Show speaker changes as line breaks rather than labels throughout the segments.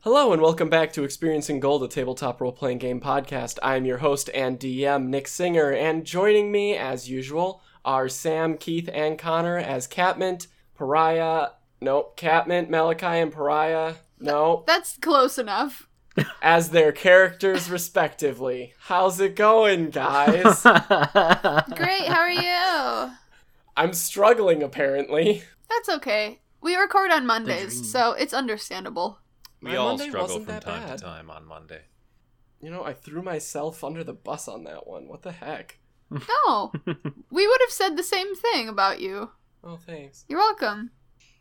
Hello and welcome back to Experiencing Gold, a tabletop role playing game podcast. I'm your host and DM, Nick Singer, and joining me, as usual, are Sam, Keith, and Connor as Catmint, Pariah, nope, Catmint, Malachi, and Pariah, no,
That's close enough.
as their characters respectively. How's it going, guys?
Great, how are you?
I'm struggling apparently.
That's okay. We record on
dream.
Mondays, so it's understandable.
We
My
all
Monday
struggle
wasn't
from
that
time
bad.
to time on Monday.
You know, I threw myself under the bus on that one. What the heck?
No. we would have said the same thing about you.
Oh, thanks.
You're welcome.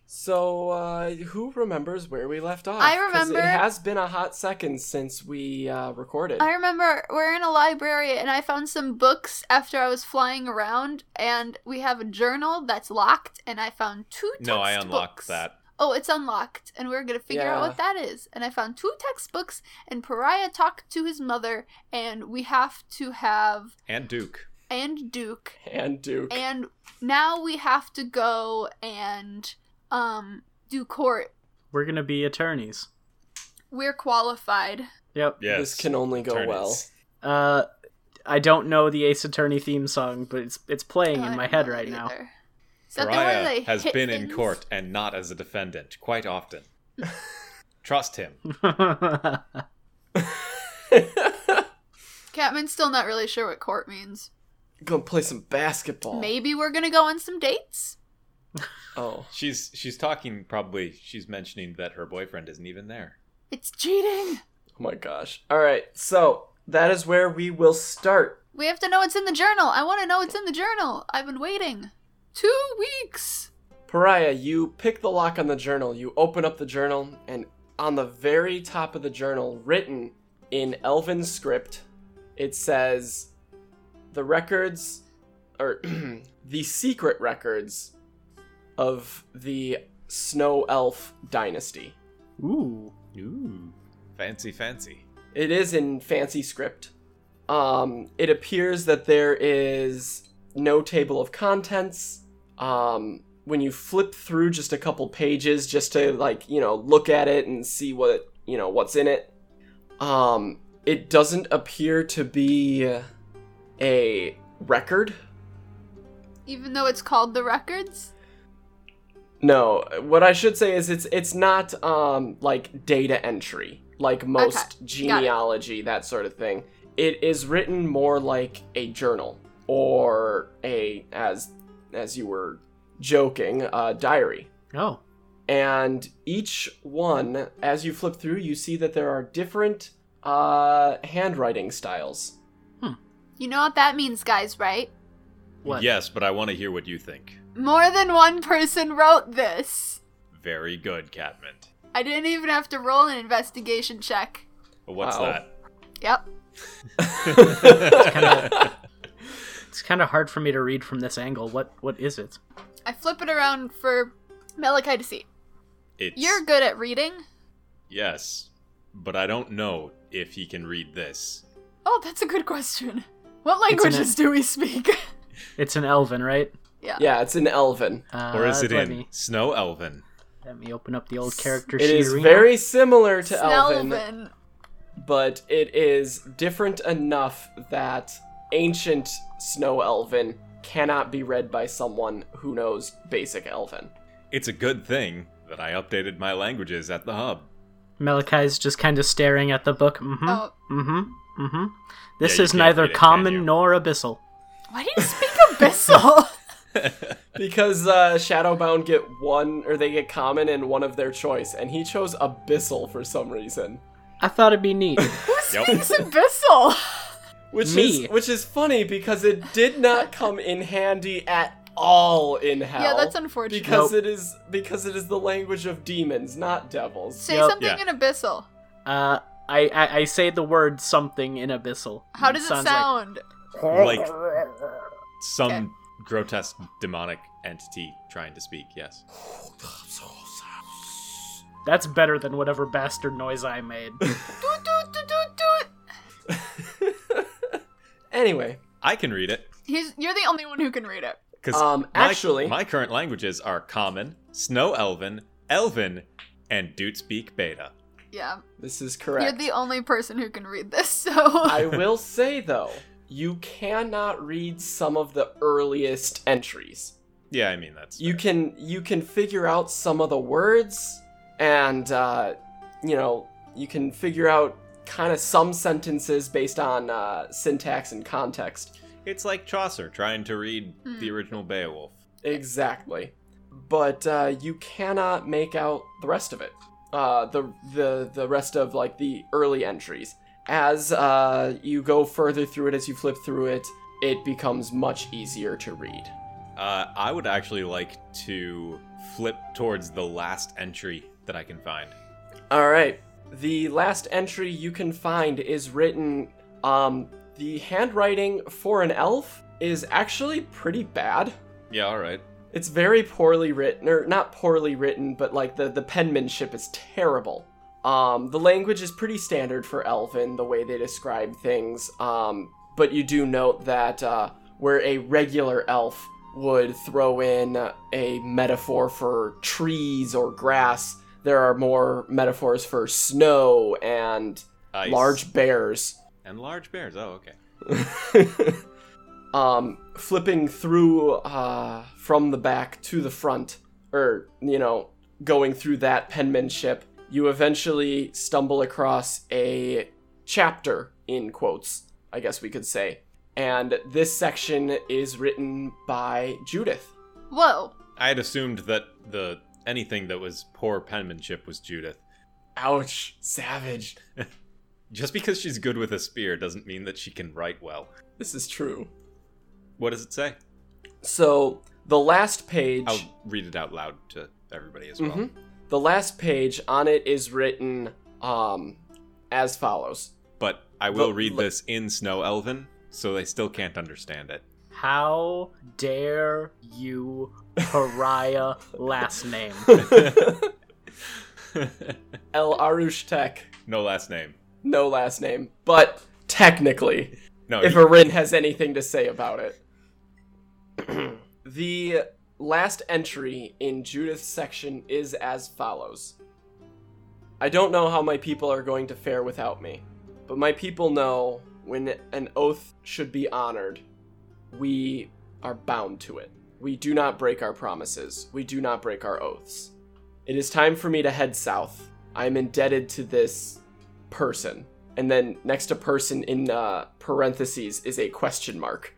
So, uh, who remembers where we left off?
I
'Cause
remember-
It has been a hot second since we uh, recorded.
I remember we're in a library and I found some books after I was flying around and we have a journal that's locked and I found two textbooks.
No, I unlocked that.
Oh, it's unlocked and we're going to figure out
Yeah.
what that is. And I found two textbooks and Pariah talked to his mother and we have to have
And Duke.
and Duke
And Duke.
and now we have to go and um do court
We're gonna be attorneys.
we're qualified
Yep.
Yes.
This can only go
Attorneys.
well.
Uh, I don't know the Ace Attorney theme song, but it's it's playing
Oh, I
in my
don't
head
know
right
it
now.
either. Is that the one where
Mariah
they
has
hit
been in
things?
court and not as a defendant quite often. Trust him.
catman's still not really sure what court means
Go play some basketball.
maybe we're gonna go on some dates
Oh.
She's she's talking probably she's mentioning that her boyfriend isn't even there.
it's cheating
Oh my gosh. All right. So that is where we will start.
we have to know what's in the journal i want to know what's in the journal i've been waiting two weeks
Pariah, you pick the lock on the journal. You open up the journal, and on the very top of the journal, written in Elven script, it says, "The records, or the secret records, of the Snow Elf dynasty."
Ooh.
Ooh. Fancy fancy.
It is in fancy script. Um, it appears that there is no table of contents. Um, when you flip through just a couple pages, just to like you know look at it and see what you know what's in it, um, it doesn't appear to be a record.
even though it's called the records
No, what I should say is it's it's not um like data entry like most genealogy that sort of thing. It is written more like a journal or a as as you were joking, a diary.
Oh.
And each one as you flip through, you see that there are different uh handwriting styles.
you know what that means guys right
What?
Yes, but I want to hear what you think.
more than one person wrote this
Very good, Catmint.
I didn't even have to roll an investigation check.
What's
Wow.
Yep.
that?
It's kind of hard for me to read from this angle. What what is it?
I flip it around for Malachi to see.
it's
You're good at reading.
Yes. But I don't know if he can read this.
Oh, that's a good question. What
It's an-
languages do we speak?
It's an Elven, right?
Yeah, it's in Elven.
Uh,
Or is it
let
in
Me,
Snow Elven?
let me open up the old
S-
character
It
sheet
is
arena.
very similar to Elven.
Snelvin.
but it is different enough that ancient snow elven cannot be read by someone who knows basic elven.
It's a good thing that I updated my languages at the hub.
Malachi's just kind of staring at the book. Mm-hmm.
Oh,
Mm-hmm. Mm-hmm. This
you
is
can't
neither
read it, can you?
common nor abyssal.
why do you speak abyssal?
Because uh, Shadowbound get one, or they get common and one of their choice, and he chose Abyssal for some reason,
I thought it'd be neat.
Who
Yep.
speaks abyssal?
which
Me.
is which is funny because it did not come in handy at all in Hell.
Yeah, that's unfortunate.
because
Nope.
it is because it is the language of demons, not devils.
Say
Yep.
something
Yeah.
in abyssal.
Uh, I, I I say the word something in abyssal.
How does it
Sounds
sound?
like some
Okay.
grotesque demonic entity trying to speak, yes.
Like, That's better than whatever bastard noise I made.
Doot, doot, doot, doot, doot.
Anyway,
I can read it.
He's, you're the only one who can read it.
Because
Um, actually-
my current languages are Common, Snow Elven, Elven, and Dude Speak Beta.
Yeah.
This is correct.
You're the only person who can read this, so.
I will say though, you cannot read some of the earliest entries.
Yeah, I mean that's
You
fair.
can you can figure out some of the words, and uh, you know you can figure out kind of some sentences based on uh, syntax and context.
It's like Chaucer trying to read
Hmm.
the original Beowulf.
Exactly, but uh, you cannot make out the rest of it. Uh, the the the rest of like the early entries. As uh, you go further through it, as you flip through it, it becomes much easier to read.
Uh, I would actually like to flip towards the last entry that I can find.
All right. The last entry you can find is written. Um, the handwriting for an elf is actually pretty bad.
Yeah, all right.
It's very poorly written, or not poorly written, but like the the penmanship is terrible. Um, the language is pretty standard for Elven, the way they describe things. Um, but you do note that uh, where a regular elf would throw in a metaphor for trees or grass, there are more metaphors for snow and
Ice.
large bears.
and large bears. Oh, okay.
um, flipping through uh, from the back to the front, or, you know, going through that penmanship, you eventually stumble across a chapter, in quotes, I guess we could say. And this section is written by Judith.
Whoa.
I had assumed that the anything that was poor penmanship was Judith.
Ouch, savage.
Just because she's good with a spear doesn't mean that she can write well.
This is true.
What does it say?
So, the last page.
I'll read it out loud to everybody as well.
Mhm. The last page on it is written um, as follows.
But I will
Look,
read
look.
this in Snow Elven, so they still can't understand it.
How dare you, pariah last name?
El Arush Tech,
no last name.
no last name, but technically,
No,
if
he-
Arin has anything to say about it. the last entry in Judith's section is as follows I don't know how my people are going to fare without me, but my people know when an oath should be honored, we are bound to it. We do not break our promises, we do not break our oaths. It is time for me to head south. I am indebted to this person. And then next to person in uh, parentheses is a question mark.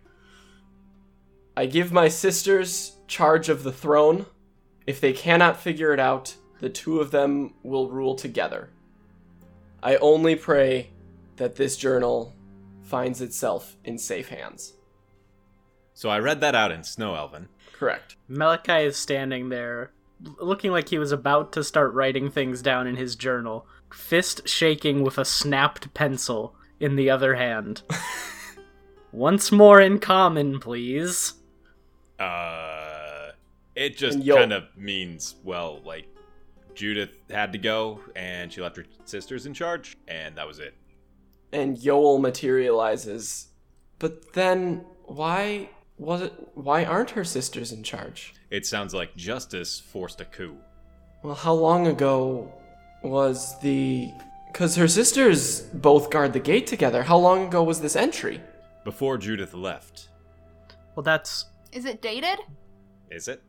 I give my sisters charge of the throne. If they cannot figure it out, the two of them will rule together. I only pray that this journal finds itself in safe hands.
so I read that out in Snow Elven.
Correct.
Malachi is standing there, l- looking like he was about to start writing things down in his journal, fist shaking with a snapped pencil in the other hand. Once more in common, please.
Uh, it just
And yo-
kind of means well, like Judith had to go, and she left her sisters in charge, and that was it.
And Yoel materializes. But then why was it why aren't her sisters in charge?
It sounds like justice forced a coup.
Well, how long ago was the. Because her sisters both guard the gate together. How long ago was this entry?
Before Judith left,
Well, that's
Is it dated?
is it?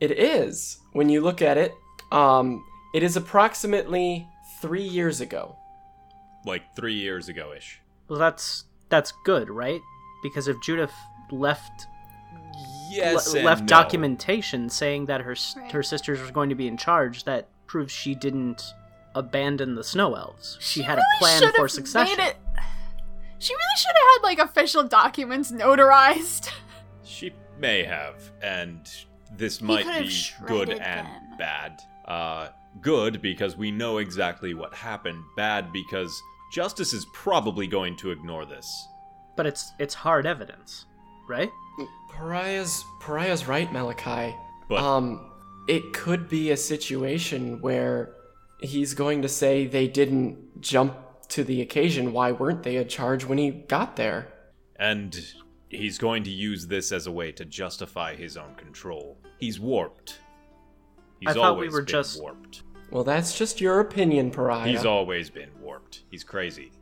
It is. When you look at it, um, it is approximately three years ago.
Like three years ago ish.
well, that's that's good, right? Because if Judith left
Yes,
le-
and
left
no.
documentation saying that her s
Right.
her sisters were going to be in charge, that proves she didn't abandon the snow elves. She, had a plan
should've
for succession.
made it- She really should have had like official documents notarized.
She may have, and this
He
might
could have
be good
shredded
and
them.
bad. Uh, good because we know exactly what happened. Bad because justice is probably going to ignore this.
But it's it's hard evidence, right?
Pariah's, Pariah's right, Malachi.
But
Uh.
Um, it could be a situation where he's going to say they didn't jump to the occasion. Why weren't they in charge when he got there?
and he's going to use this as a way to justify his own control. He's warped. He's
I thought we
always
were
been
just-
warped.
Well, that's just your opinion, Pariah.
He's always been warped. He's crazy.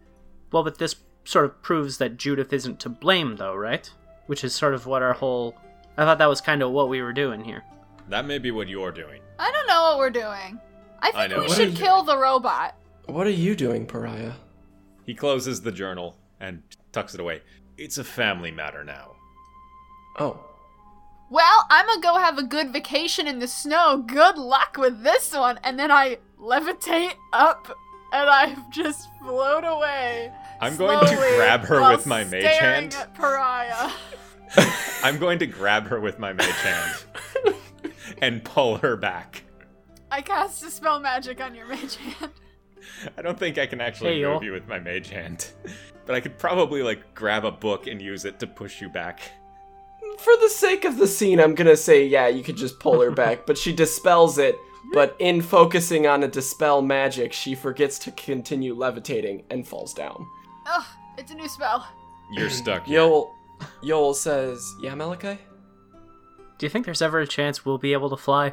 Well, but this sort of proves that Judith isn't to blame, though, right? Which is sort of what our whole. I thought that was kind of what we were doing here.
That may be what you're doing.
I don't know what we're doing. I think
know
we
what
should
I'm
kill the robot.
What are you doing, Pariah?
He closes the journal and tucks it away. It's a family matter now.
Oh,
Well, I'm gonna go have a good vacation in the snow. Good luck with this one. And then I levitate up and I just float away.
I'm going to
slowly
grab her
while
with my mage
staring
hand.
At pariah.
I'm going to grab her with my mage hand and pull her back.
I cast a spell magic on your mage hand.
I don't think I can actually
Hey, yo.
move you with my mage hand, but I could probably like grab a book and use it to push you back.
for the sake of the scene, I'm gonna say, yeah, you could just pull her back, but she dispels it. But in focusing on a dispel magic, she forgets to continue levitating and falls down.
Ugh, it's a new spell.
You're stuck. Here.
Yoel, Yoel says, "Yeah, Malachi."
Do you think there's ever a chance we'll be able to fly?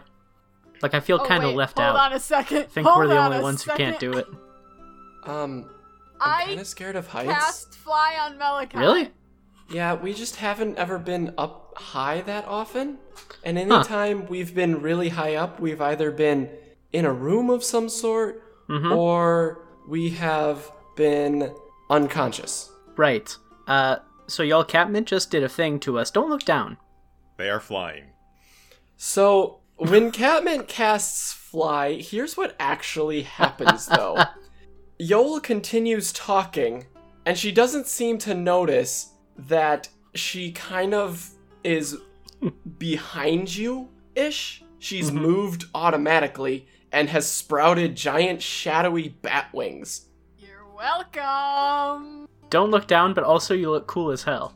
Like, I feel
Oh,
kind of
wait,
left
hold
out.
on a second.
I think
Hold
we're the
on
only
a
ones who can't
second.
do it.
Um, I'm kind
I
of scared of heights.
cast fly on Malachi.
Really?
Yeah, we just haven't ever been up high that often. And any
Huh.
time we've been really high up, we've either been in a room of some sort
hmm
or we have been unconscious.
Right. Uh, so y'all, Catman just did a thing to us. Don't look down.
They are flying.
So when Catman casts fly, here's what actually happens though. Yoel continues talking, and she doesn't seem to notice that she kind of is behind you ish. She's
Mhm.
moved automatically and has sprouted giant shadowy bat wings.
You're welcome.
Don't look down, but also you look cool as hell.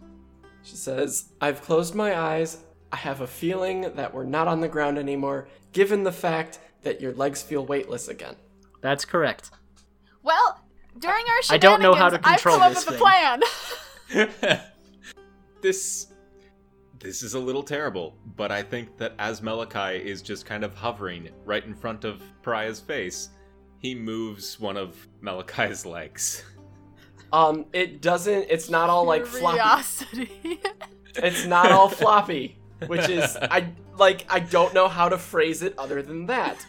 She says, I've closed my eyes. I have a feeling that we're not on the ground anymore, given the fact that your legs feel weightless again.
That's correct.
Well, during our shenanigans,
I don't know how to
I've
control
come up
this
with a
thing.
plan.
this this is a little terrible, but I think that as Malachi is just kind of hovering right in front of Pariah's face, he moves one of Malachi's legs.
Um, it doesn't. It's not all like floppy.
Curiosity.
It's not all floppy, which is I like. I don't know how to phrase it other than that.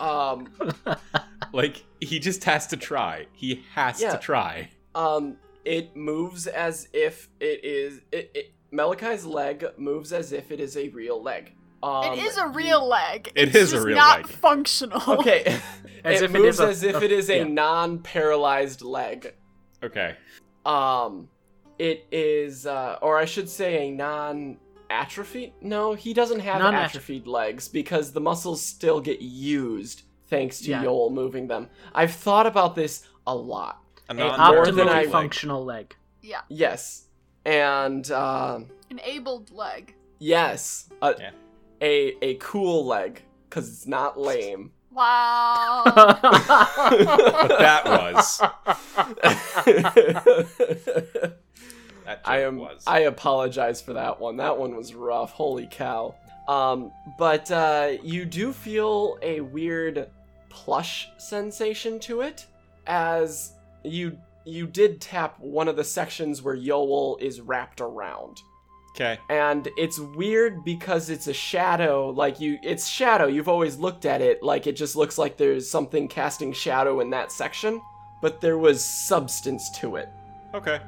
Um,
like he just has to try. He has
Yeah.
to try.
um, it moves as if it is. It, it Malachi's leg moves as if it is a real leg. Um,
it is a real leg.
It
it's
is a
just
real
not
leg.
functional.
Okay.
As
it
if it
moves
is a-
as if
a-
it is a
yeah.
non-paralyzed leg.
Okay.
Um, it is, uh, or I should say, a non atrophy. No, he doesn't have
Non-atrophy.
atrophied legs because the muscles still get used thanks to
Yeah.
Yoel moving them. I've thought about this a lot.
A
Hey, Uh, more than I-
Optimally
non-verbal leg.
functional leg.
Yeah,
Yes, and um,
an abled leg.
yes, a,
Yeah.
a a cool leg because it's not lame.
Wow.
But that was that
I
joke
am.
was.
I apologize for that one. That one was rough. Holy cow. Um, but uh, you do feel a weird plush sensation to it, as you you did tap one of the sections where Yoel is wrapped around,
okay.
and it's weird because it's a shadow. Like you, it's shadow. You've always looked at it like it just looks like there's something casting shadow in that section, but there was substance to it.
Okay.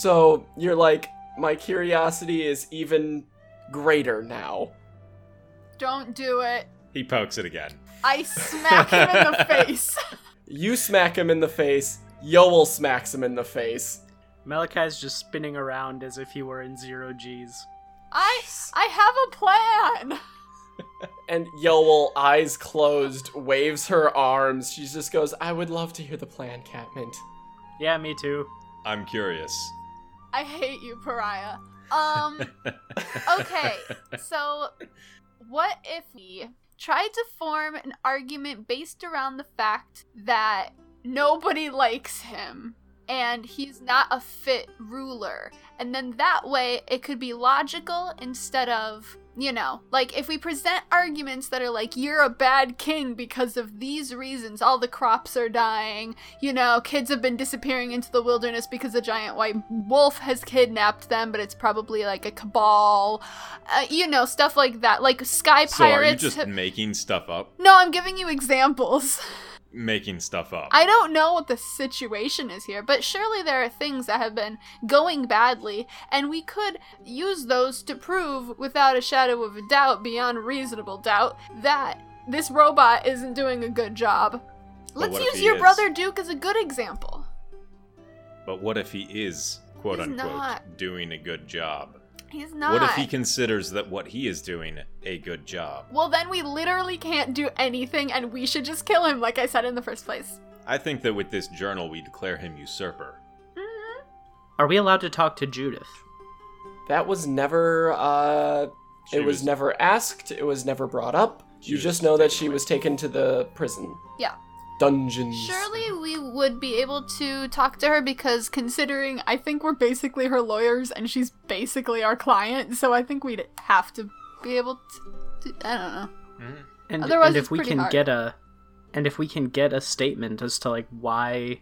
So you're like, my curiosity is even greater now.
don't do it.
He pokes it again.
I smack him in the face.
You smack him in the face, Yoel smacks him in the face.
Malachi's just spinning around as if he were in zero G's.
I I have a plan.
And Yoel, eyes closed, waves her arms. She just goes, I would love to hear the plan, Catmint.
Yeah, me too.
I'm curious.
I hate you, pariah. Um. Okay. So, what if we try to form an argument based around the fact that nobody likes him and he's not a fit ruler. And then that way it could be logical instead of, you know, like if we present arguments that are like, you're a bad king because of these reasons, all the crops are dying, you know, kids have been disappearing into the wilderness because a giant white wolf has kidnapped them, but it's probably like a cabal, uh, you know, stuff like that. Like sky pirates.
So are you
ha-
just making stuff up?
no, I'm giving you examples.
Making stuff up.
I don't know what the situation is here, but surely there are things that have been going badly, and we could use those to prove, without a shadow of a doubt, beyond reasonable doubt, that this robot isn't doing a good job. Let's
what if
use
he
your
is?
brother Duke as a good example.
But what if he is, quote
He's
unquote,
not.
doing a good job?
He's not.
What if he considers that what he is doing a good job?
well, then we literally can't do anything, and we should just kill him, like I said in the first place.
I think that with this journal, we declare him usurper.
Mhm.
Are we allowed to talk to Judith?
That was never. Uh,
She
it was, never asked. It was never brought up.
She
you
was
just know that
taken
she
away.
was taken to the prison.
Yeah.
Dungeons.
Surely we would be able to talk to her because considering I think we're basically her lawyers and she's basically our client, so I think we'd have to be able to, to I don't know.
Mhm.
And,
Otherwise,
and
it's
if we
pretty
can
hard.
get a and if we can get a statement as to like why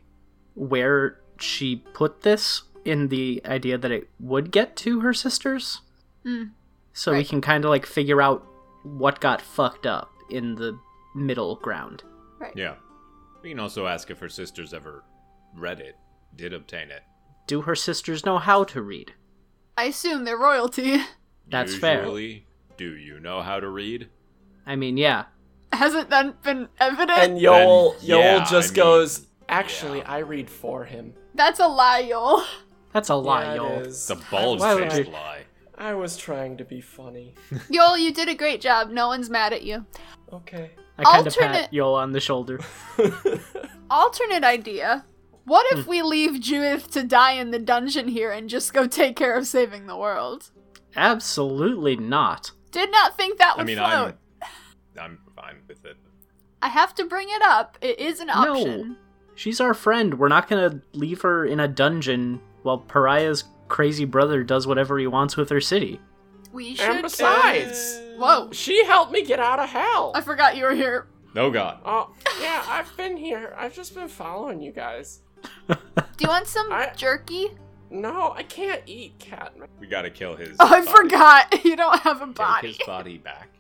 where she put this in the idea that it would get to her sisters.
Mm.
So we
Right.
can kind of like figure out what got fucked up in the middle ground.
Yeah. We can also ask if her sisters ever read it, did obtain it.
Do her sisters know how to read?
I assume they're royalty.
That's fair.
Usually, Do you know how to read?
I mean, yeah.
Hasn't that been evident?
And Yoel,
Then, yeah,
Yoel just
I mean,
goes. Actually,
yeah.
I read for him.
That's a lie, y'all.
That's a lie,
Yeah, it
y'all.
is.
It's a bulge
Why would
faced
I-
lie.
I was trying to be funny.
Y'all, you did a great job. No one's mad at you.
Okay.
I kind of
Alternate-
pat Yol on the shoulder.
Alternate idea. What if
Hmm.
we leave Judith to die in the dungeon here and just go take care of saving the world?
Absolutely not.
Did not think that
I
would
mean,
float.
I'm, I'm fine with it.
I have to bring it up. It is an
No.
option.
She's our friend. We're not gonna leave her in a dungeon while Pariah's crazy brother does whatever he wants with her city.
We should.
and besides,
Whoa.
she helped me get out of hell.
I forgot you were here.
Oh, God.
Oh, yeah, I've been here. I've just been following you guys.
Do you want some
I-
jerky?
No, I can't eat cat.
We gotta kill his.
Oh, I
body.
forgot. You don't have a
Take
body.
his body back.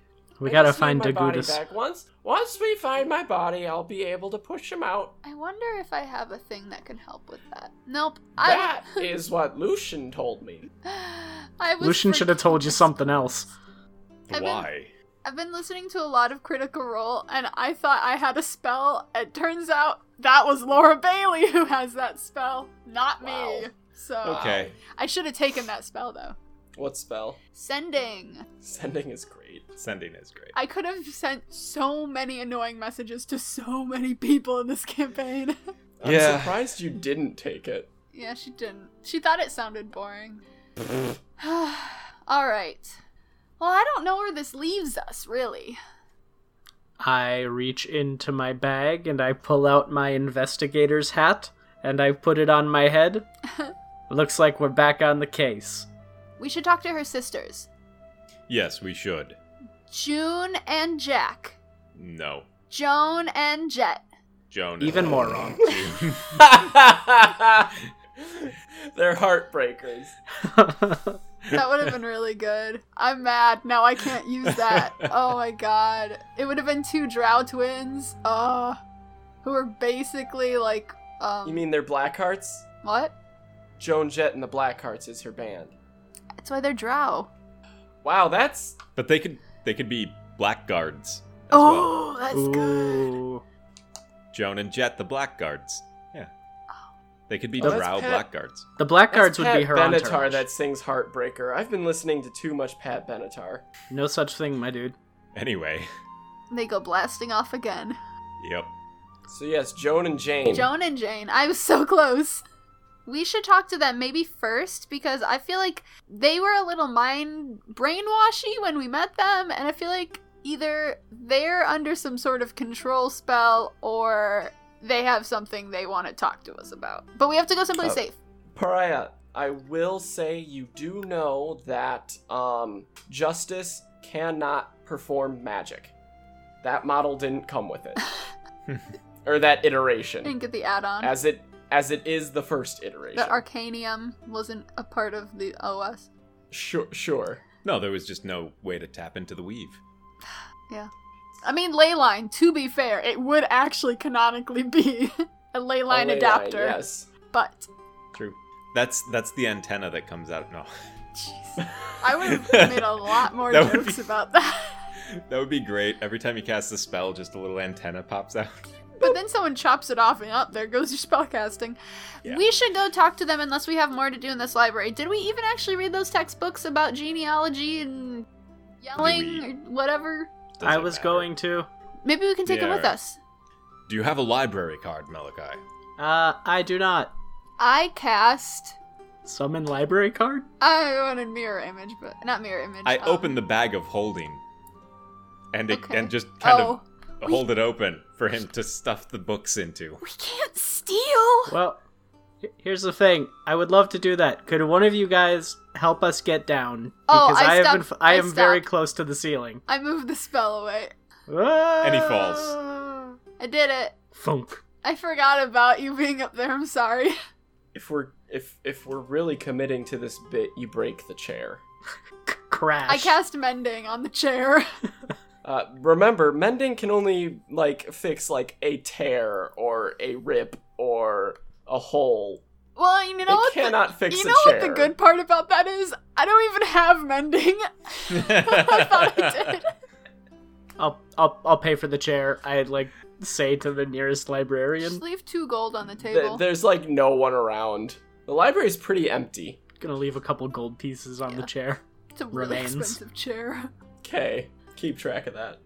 We
I
gotta
just need
find
my body
Dagudas.
back. Once, once we find my body, I'll be able to push him out.
I wonder if I have a thing that can help with that. Nope.
That is what Lucian told me.
I. I was
Lucian should have told you
something.
something else.
I've been-
Why?
I've been listening to a lot of Critical Role, and I thought I had a spell. It turns out that was Laura Bailey who has that spell, not me.
Wow.
So
Okay.
I should have taken that spell though.
What spell?
Sending.
Sending is great.
Um,
Sending is great.
I could have sent so many annoying messages to so many people in this campaign.
I'm
Yeah.
surprised you didn't take it.
yeah, she didn't. She thought it sounded boring. All right. Well, I don't know where this leaves us, really.
I reach into my bag and I pull out my investigator's hat and I put it on my head. Looks like we're back on the case.
We should talk to her sisters,
Yes, we should.
June and Jack,
No.
Joan and Jet.
Joan.
Even more wrong.
They're heartbreakers.
That would have been really good. I'm mad. Now I can't use that. Oh my god. It would have been two drow twins. Uh who are basically like um
You mean they're Blackhearts?
what?
Joan Jett and the Blackhearts is her band.
That's why they're drow.
Wow, that's
But they could they could be blackguards as well.
Oh, that's good.
Ooh.
Joan and Jet, the blackguards. Yeah. They could be
Oh, that's
drow
Pat-
blackguards.
The blackguards
that's
would
Pat
be her
Benatar
entourage.
that sings Heartbreaker. I've been listening to too much Pat Benatar.
No such thing, my dude.
Anyway.
They go blasting off again.
Yep.
So yes, Joan and Jane.
Joan and Jane. I was so close. We should talk to them maybe first because I feel like they were a little mind brainwashy when we met them, and I feel like either they're under some sort of control spell or they have something they want to talk to us about. But we have to go someplace
Uh,
safe.
Pariah, I will say you do know that um, justice cannot perform magic. That model didn't come with it, or that
Didn't
iteration,
get the add-on.
as it as it is the first iteration.
the Arcanium wasn't a part of the OS.
sure, sure.
No, there was just no way to tap into the weave.
I mean, Leyline, to be fair, it would actually canonically be a
A
Leyline
ley line,
adapter.
yes.
But,
True. That's that's the antenna that comes out. No,
jeez. I would have made a lot more
That would
jokes
be-
about that.
that would be great. Every time you cast a spell, just a little antenna pops out.
But then someone chops it off, and up there goes your spellcasting.
Yeah.
We should go talk to them unless we have more to do in this library. Did we even actually read those textbooks about genealogy and yelling
we?
or whatever?
Doesn't
I was
matter.
going to.
Maybe we can take them
Yeah.
with us.
Do you have a library card, Malachi?
Uh, I do not.
I cast.
Summon library card?
I wanted mirror image, but not mirror image.
I
um,
open the bag of holding, and it,
Okay.
and just kind
oh,
of hold it open for him to stuff the books into.
we can't steal.
Well, h- here's the thing. I would love to do that. Could one of you guys help us get down?
Oh, I
have
stopped-
been, f- I
I
am very
stopped.
close to the ceiling.
I moved the spell away.
And
he
falls.
I did it.
Ah. Funk.
I forgot about you being up there. I'm sorry.
If we're if if we're really committing to this bit, you break the chair.
C- crash.
I cast mending on the chair.
Uh, remember, mending can only like fix like a tear or a rip or a hole.
Well, you know what?
it cannot
the,
fix
you
the
know
chair.
what the good part about that is? I don't even have mending. I thought I did.
I'll, I'll, I'll pay for the chair. I like say to the nearest librarian.
Just leave two gold on the
Th-
table.
there's like no one around. The library's pretty empty.
Gonna leave a couple gold pieces on
Yeah.
the chair.
it's a really
remains.
expensive chair.
Okay, keep track of that.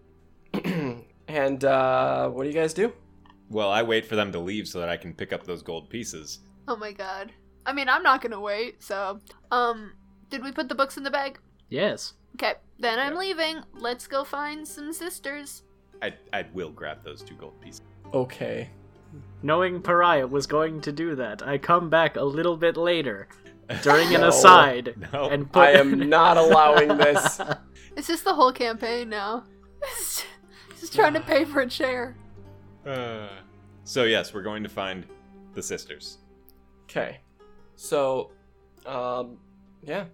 and uh, what do you guys do?
well, I wait for them to leave so that I can pick up those gold pieces.
Oh my god. I mean, I'm not gonna wait. So, um, did we put the books in the bag?
Yes.
Okay, then I'm
Yeah.
leaving. Let's go find some sisters.
I I will grab those two gold pieces.
Okay.
Knowing Pariah was going to do that, I come back a little bit later during an
No.
aside
No,
and put.
I am not allowing this.
It's just the whole campaign now. It's just trying to pay for a chair.
Uh, so yes, we're going to find the sisters.
Okay. So, um, yeah.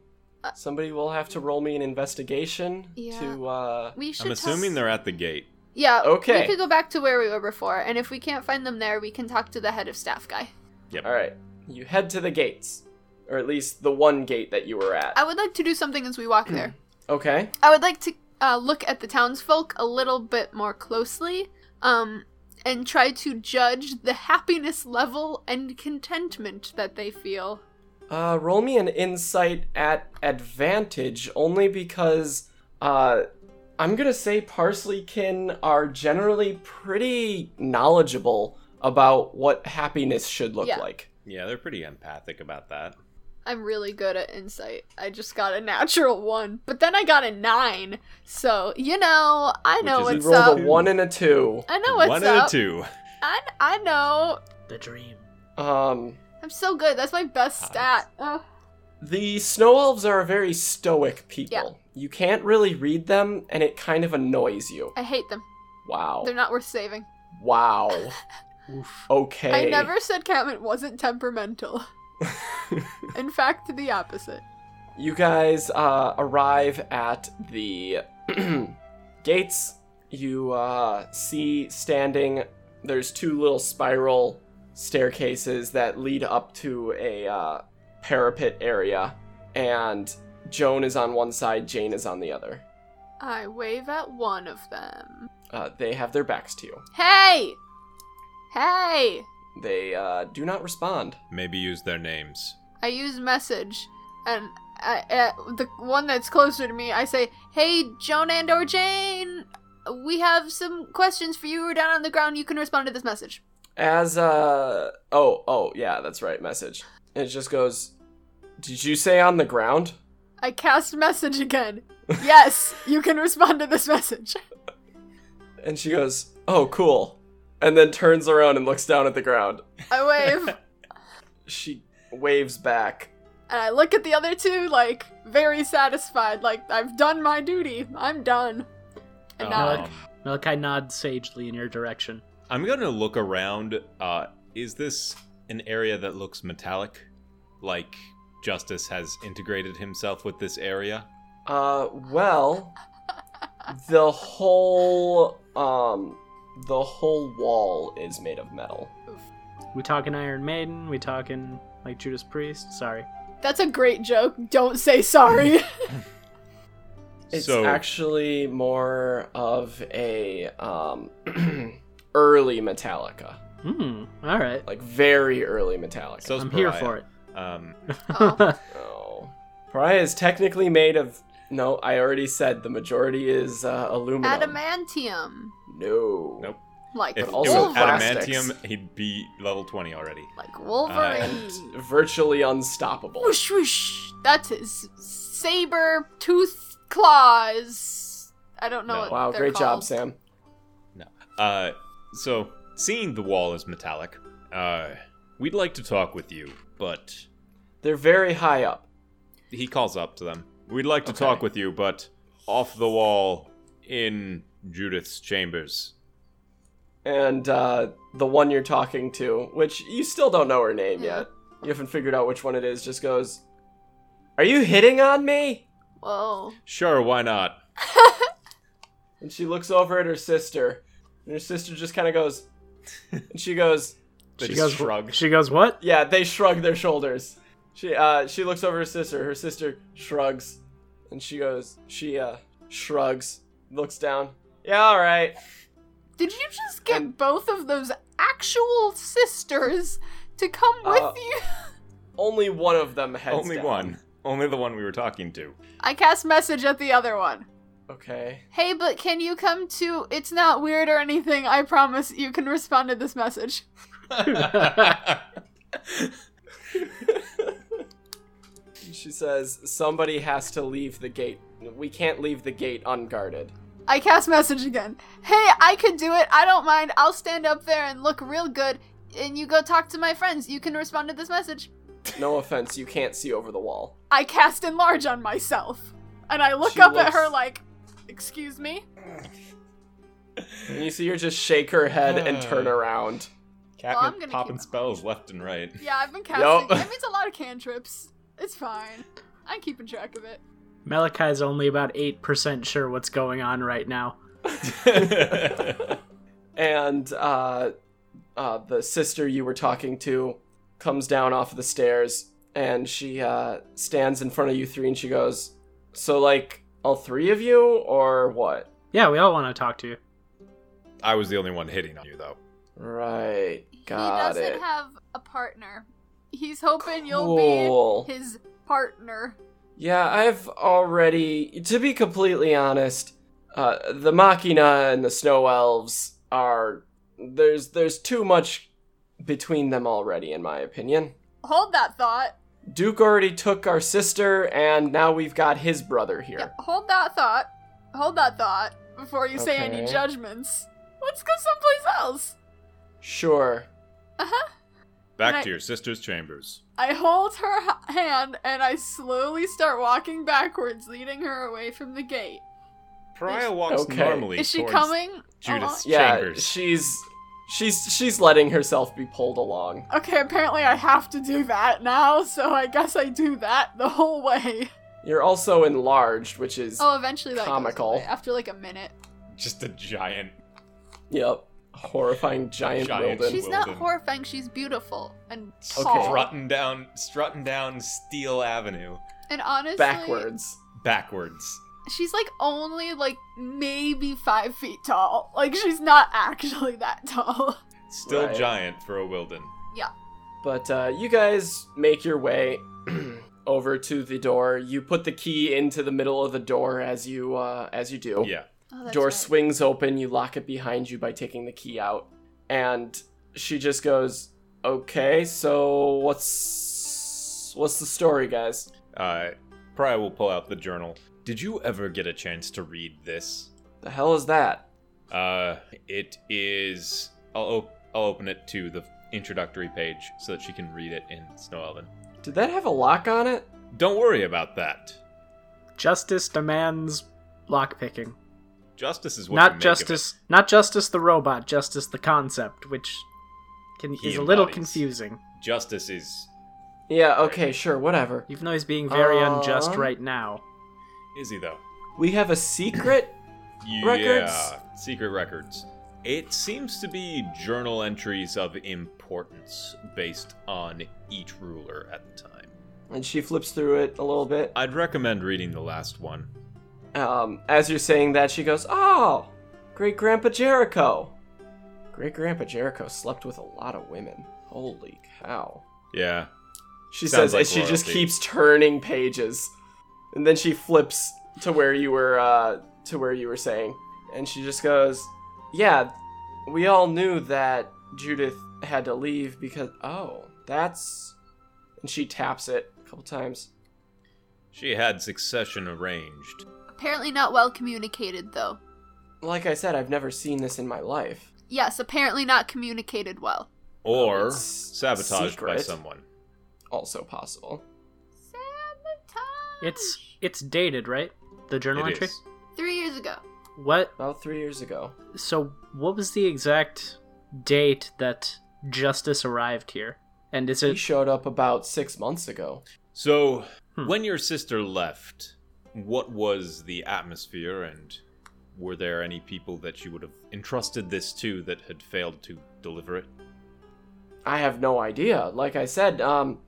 Uh,
Somebody will have to roll me an investigation
Yeah.
to, uh,
We should.
I'm assuming
test-
they're at the gate.
Yeah.
Okay.
We could go back to where we were before, and if we can't find them there, we can talk to the head of staff guy.
alright. You head to the gates. Or at least the one gate that you were at.
I would like to do something as we walk there.
Okay.
I would like to uh, look at the townsfolk a little bit more closely, um, and try to judge the happiness level and contentment that they feel.
Uh, roll me an insight at advantage only because, uh, I'm gonna say Parsleykin are generally pretty knowledgeable about what happiness should look
Yeah.
like.
Yeah, they're pretty empathic about that.
I'm really good at insight. I just got a natural one, but then I got a nine. So you know, I
Which
know
is
You
what's
rolled
up.
a one and a two.
I know what's
One and
up.
a two.
I, I know.
the dream.
Um,
I'm so good. That's my best stat. Ugh.
The snow elves are a very stoic people. You can't really read them, and it kind of annoys you.
I hate them.
Wow.
They're not worth saving.
Wow.
Oof.
Okay.
I never said Catman wasn't temperamental. In fact, the opposite.
You guys uh, arrive at the gates. You uh, see standing. There's two little spiral staircases that lead up to a uh, parapet area, and Joan is on one side, Jane is on the other.
I wave at one of them.
Uh, they have their backs to you.
Hey! Hey!
They uh, do not respond.
Maybe use their names.
I use message, and I, uh, the one that's closer to me, I say, "Hey, Joan and or Jane, we have some questions for you. We're down on the ground. You can respond to this message."
As uh oh oh yeah that's right message. It just goes. Did you say on the ground?
I cast message again. yes, you can respond to this message.
And she goes, oh cool. and then turns around and looks down at the ground.
I wave, and
She waves back.
I look at the other two, like, very satisfied, like, I've done my duty. I'm done.
Um, Oh.
And now,
Alec. Malachi nods sagely in your direction.
I'm gonna look around. Uh, is this an area that looks metallic? Like Justice has integrated himself with this area?
Uh, well, the whole um the whole wall is made of metal.
We talking Iron Maiden? We talking like Judas Priest? Sorry.
that's a great joke. Don't say sorry.
It's
so,
actually more of a um early Metallica,
Hmm. All right.
like very early Metallica.
So- Those
I'm here
pariah.
for it.
um,
Oh.
oh. Pariah is technically made of no, I already said the majority is uh, aluminum.
Adamantium.
No.
Nope.
Like,
if it was
also plastics.
adamantium, he'd be level 20 already.
like
uh,
Wolverine.
Virtually unstoppable.
whoosh, whoosh. That's his saber, tooth, claws. I don't know
No.
what
Wow,
they're
great job,
called.
Sam.
Uh, so, seeing the wall as metallic, uh, we'd like to talk with you, but
They're very high up.
he calls up to them. We'd like to
Okay.
talk with you, but off the wall in Judith's chambers.
and uh, the one you're talking to, which you still don't know her name
Yeah.
yet. You haven't figured out which one it is. Just goes, "Are you hitting on me?"
Whoa.
Sure, why not?
And she looks over at her sister, and her sister just kind of goes, and she goes,
They
she
just
goes.
shrug.
She goes. What?
"Yeah." They shrug their shoulders. She uh, she looks over at her sister. Her sister shrugs, and she goes, she uh, shrugs, looks down. Yeah, all right.
Did you just get
And-
both of those actual sisters to come with
Uh,
you?
Only one of them heads
Only
down.
one. Only the one we were talking to.
I cast message at the other one.
Okay.
Hey, but can you come to? It's not weird or anything. I promise you can respond to this message.
She says, somebody has to leave the gate. We can't leave the gate unguarded.
I cast message again. Hey, I could do it. I don't mind. I'll stand up there and look real good. And you go talk to my friends. You can respond to this message.
No offense, you can't see over the wall.
I cast enlarge on myself. And I look
She
up at
looks-
her like, Excuse me?
And you see her just shake her head and turn around.
Cat
Well, I'm gonna
popping
keep-
spells left and right.
Yeah, I've been casting.
Yup.
That means a lot of cantrips. It's fine. I'm keeping track of it.
Malachi's only about eight percent sure what's going on right now.
And uh, uh, the sister you were talking to comes down off the stairs and she uh, stands in front of you three and she goes, So, like, all three of you, or what?
Yeah, we all want to talk to you.
I was the only one hitting on you, though.
Right.
he
Got
doesn't
it.
have a partner. He's hoping you'll
cool.
be his partner.
Yeah, I've already. To be completely honest, uh, the Machina and the Snow Elves are there's there's too much between them already, in my opinion.
Hold that thought.
Duke already took our sister, and now we've got his brother here.
Yeah, hold that thought. Hold that thought before you say any
Okay.
judgments. Let's go someplace else.
Sure.
Back
I-
to your sister's chambers.
I hold her h- hand and I slowly start walking backwards, leading her away from the gate.
Pariah walks
Okay.
normally.
Is she
towards
coming?
Judas.
Yeah,
Chambers.
she's she's she's letting herself be pulled along.
along? Okay, apparently I have to do that now, so I guess I do that the whole way.
You're also enlarged, which is
Oh, eventually that
Comical.
Goes away after like a minute.
Just a giant.
yep, horrifying giant,
Giant.
Wilden.
She's not
Wilden.
horrifying. She's beautiful and
Okay.
tall.
Strutting down, strutting down Steel Avenue
And honestly,
backwards.
backwards.
she's like only like maybe five feet tall. Like she's not actually that tall.
Still
Right.
giant for a Wilden.
But uh, you guys make your way over to the door. You put the key into the middle of the door as you uh, as you do.
Yeah.
Oh, that's
door
right.
swings open. You lock it behind you by taking the key out, and she just goes, "Okay, so what's what's the story, guys?"
Uh, Pariah will pull out the journal. Did you ever get a chance to read this?
The hell is that?
Uh, it is I'll, op- I'll open it to the introductory page so that she can read it in Snow Elven.
Did that have a lock on it?
Don't worry about that.
Justice demands lockpicking.
Justice is what you
Not
make of it.
justice, not justice the robot, justice the concept, which can,
He
is a little
embodies.
confusing.
Justice is
Yeah, okay, sure, whatever.
Even though he's being very unjust
Um,
right now.
is he though?
We have a secret? Records?
Yeah, secret records. It seems to be journal entries of importance based on each ruler at the time.
and she flips through it a little bit.
I'd recommend reading the last one.
Um, as you're saying that, she goes, Oh, great grandpa Jericho. Great grandpa Jericho slept with a lot of women. Holy cow.
Yeah.
She
Sounds
says,
like
and she just
royalty.
keeps turning pages. And then she flips to where you were, uh, to where you were saying. And she just goes, Yeah, we all knew that Judith had to leave because, oh, that's. And she taps it a couple times.
She had succession arranged.
Apparently not well communicated, though.
Like I said, I've never seen this in my life.
Yes, apparently not communicated well.
Or
It's
sabotaged by
secret.
someone.
Also possible.
Sabotage.
It's it's dated, right? The journal
It
entry.
is.
three years ago.
What?
About three years ago.
So what was the exact date that justice arrived here? And is
He
it
showed up about six months ago.
So,
Hmm.
when your sister left, what was the atmosphere, and were there any people that you would have entrusted this to that had failed to deliver it?
I have no idea. Like I said, um,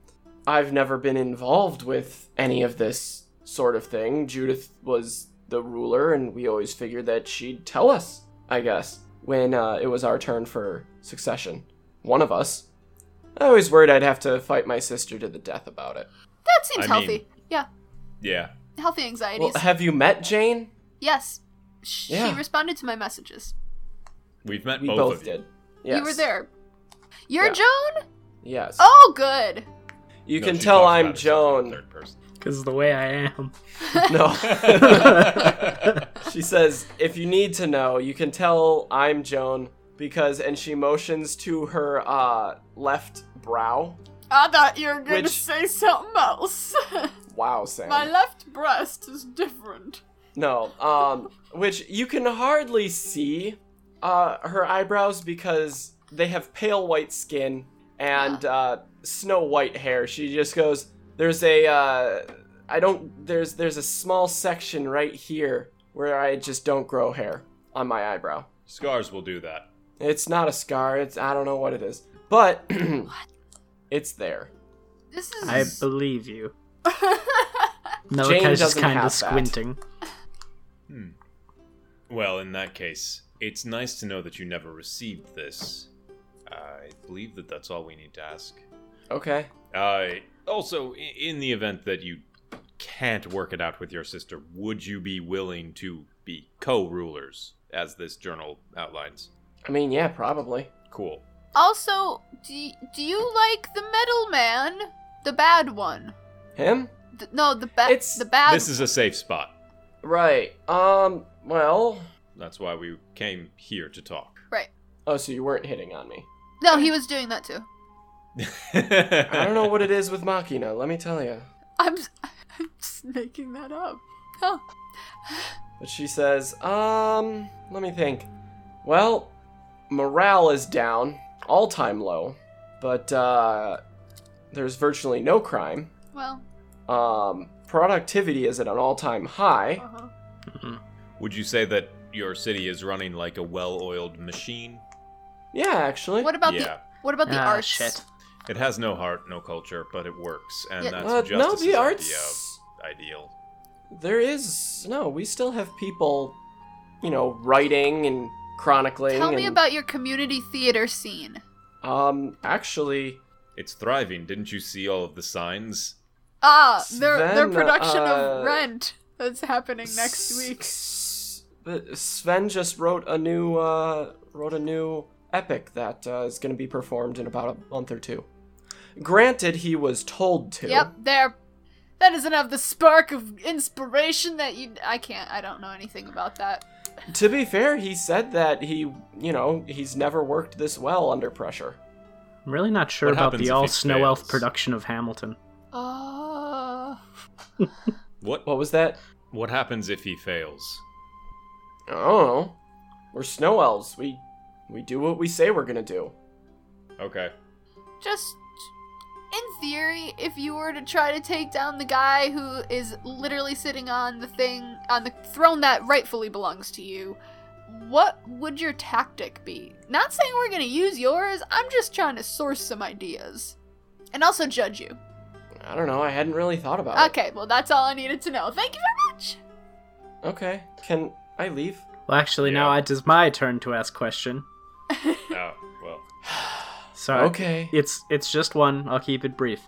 I've never been involved with any of this sort of thing. Judith was the ruler, and we always figured that she'd tell us, I guess, when uh, it was our turn for succession. One of us. I always worried I'd have to fight my sister to the death about it.
That seems
I
healthy.
mean-
yeah,
Yeah.
healthy anxieties.
Well, have you met Jane?
yes, she
Yeah.
responded to my messages.
We've met
We
both,
both,
of you.
did. Yes.
You were there. You're
Yeah.
Joan.
Yes.
Oh, good.
you
No,
can
she
tell
talks
I'm
about herself in
Joan.
third person.
because the way I am?
No. She says, if you need to know, you can tell I'm Joan because, and she motions to her uh, left brow.
I thought you were gonna
Which- Uh,
say something else.
Wow, Sam.
my left breast is different.
no, um, which you can hardly see uh, her eyebrows because they have pale white skin and uh, snow white hair. She just goes, there's a, uh, I don't, there's there's a small section right here where I just don't grow hair on my eyebrow.
Scars will do that.
It's not a scar. It's I don't know what it is, but it's there.
This
I
is.
believe you.
Jane
Melikai's just
doesn't
kind
have that.
of squinting.
Hmm. Well, in that case, it's nice to know that you never received this. I believe that that's all we need to ask.
Okay.
Uh, also, i- in the event that you can't work it out with your sister, would you be willing to be co rulers, as this journal outlines?
I mean, yeah, probably.
Cool.
also, do y- do you like the metal man, the bad one?
Him?
Th- no, the bad.
It's-
the bad.
This is a safe spot.
Right. Um. Well.
That's why we came here to talk.
Oh, so you weren't hitting on me.
no, he was doing that too.
I don't know what it is with Machina. Let me tell you.
I'm. s- I'm just making that up. Huh.
But she says, um, let me think. Well, morale is down, all time low, but uh, there's virtually no crime.
Well.
Um, productivity is at an all time high.
Uh-huh.
Mhm.
Would you say that your city is running like a well oiled machine?
Yeah, actually.
What about the
yeah.
What about the
Ah,
arts?
shit.
It has no heart, no culture, but it works. And
Yeah.
that's
Uh, no,
justice's
the arts.
idea of ideal.
There is no. We still have people, you know, writing and chronicling.
Tell me
and,
about your community theater scene.
Um, actually,
It's thriving. Didn't you see all of the signs?
Ah, their their
Sven,
production
uh,
of Rent that's happening next week.
S- S- Sven just wrote a new uh, wrote a new epic that uh, is going to be performed in about a month or two. Granted, he was told to.
Yep, there. That doesn't have the spark of inspiration that you. I can't. I don't know anything about that.
to be fair, he said that he, you know, he's never worked this well under pressure.
I'm really not sure
What
about
happens
the
if
all
he
snow elf
fails?
production of Hamilton.
Oh.
What
What was that?
what happens if he fails?
I don't know. We're snow elves. We we do what we say we're gonna do.
Okay.
just in theory if you were to try to take down the guy who is literally sitting on the thing on the throne that rightfully belongs to you what would your tactic be not saying we're gonna use yours i'm just trying to source some ideas and also judge you
I don't know. I hadn't really thought about it.
okay well that's all i needed to know thank you very much
Okay. Can I leave?
Well, actually, now
Yeah.
it is my turn to ask question.
Oh, well.
So
okay.
it's it's just one. I'll keep it brief.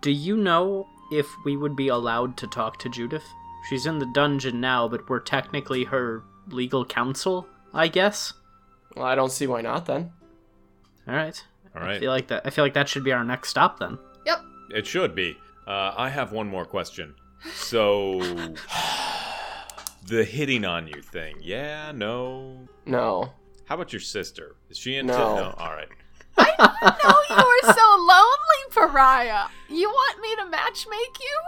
Do you know if we would be allowed to talk to Judith? She's in the dungeon now, but we're technically her legal counsel, I guess.
Well, I don't see why not then.
All right.
All
I
right.
feel like that. I feel like that should be our next stop then.
It should be. Uh, I have one more question. So, the hitting on you thing. Yeah, no.
No.
How about your sister? Is she into?
No.
All right.
oh you are so lonely pariah you want me to matchmake you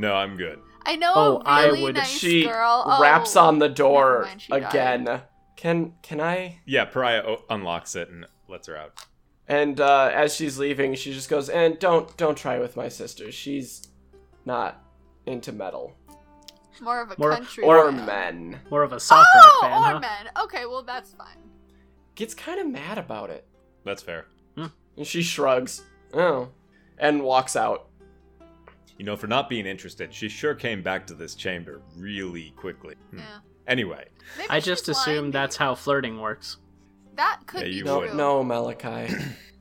No, I'm good.
i know
Oh,
a
I
really
would-
nice
she
girl Oh,
raps on the door
never mind, she died.
again. Can can I?
Yeah, Pariah o- unlocks it and lets her out.
And uh, as she's leaving, she just goes, "And don't don't try with my sister. She's not into metal
more of a
More-
country
or
girl.
men."
More of a soft
oh,
rock fan,
or
huh?
men. Okay, well that's fine.
Gets kind of mad about it,
That's fair.
and she shrugs. Oh, and walks out.
You know, for not being interested, she sure came back to this chamber really quickly. Hmm.
Yeah.
Anyway,
Maybe
I
she's
just
lying to
assume that's
you.
how flirting works.
that could
Yeah,
be
you
No,
would.
true.
no, Malachi.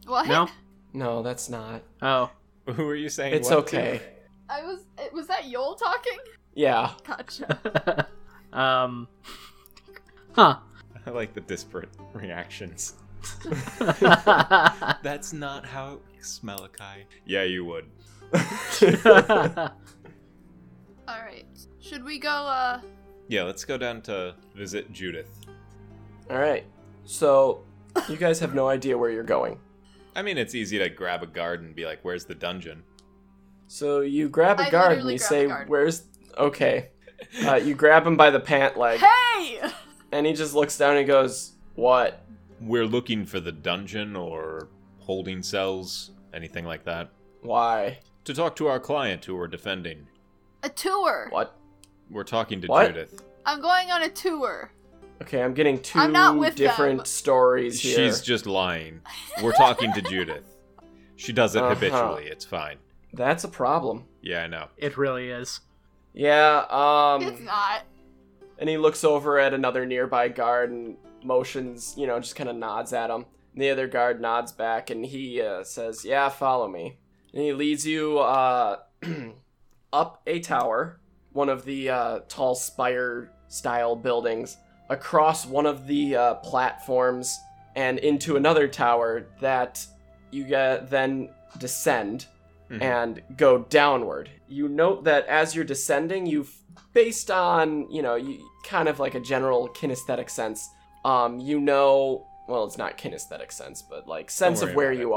What?
No.
No, that's not.
Oh,
who are you saying?
It's
what to?
okay.
I was. it- Was that Yol talking?
Yeah.
Gotcha.
um, huh?
I like the disparate reactions. That's not how it works, Malachi. Yeah, you would.
All right. Should we go? Uh.
Yeah, let's go down to visit Judith.
All right. So you guys have no idea where you're going.
I mean, it's easy to grab a guard and be like, "Where's the dungeon?"
So you grab a
I
guard and
literally
you
grab
say,
a guard.
"Where's?" Okay. Uh, you grab him by the pant leg,
Hey.
and he just looks down and goes, "What?"
We're looking for the dungeon or holding cells, anything like that,
Why?
to talk to our client who we're defending.
A tour.
What?
We're talking to
What?
Judith.
I'm going on a tour.
Okay, I'm getting 2
I'm not with
different
them.
stories here.
She's just lying. We're talking to Judith. She does it
Uh-huh.
habitually. It's fine.
That's a problem.
Yeah, I know.
it really is.
Yeah,
it's
um
not.
and he looks over at another nearby guard and motions, you know, just kind of nods at him. And the other guard nods back and he uh, says, "Yeah, follow me." And he leads you uh up a tower, one of the uh tall spire style buildings, across one of the uh platforms and into another tower that you get then descend
Mhm.
and go downward. You note that as you're descending, you've based on you know you, kind of like a general kinesthetic sense. Um, you know, well, it's not kinesthetic sense, but like sense of
worry
where
about
you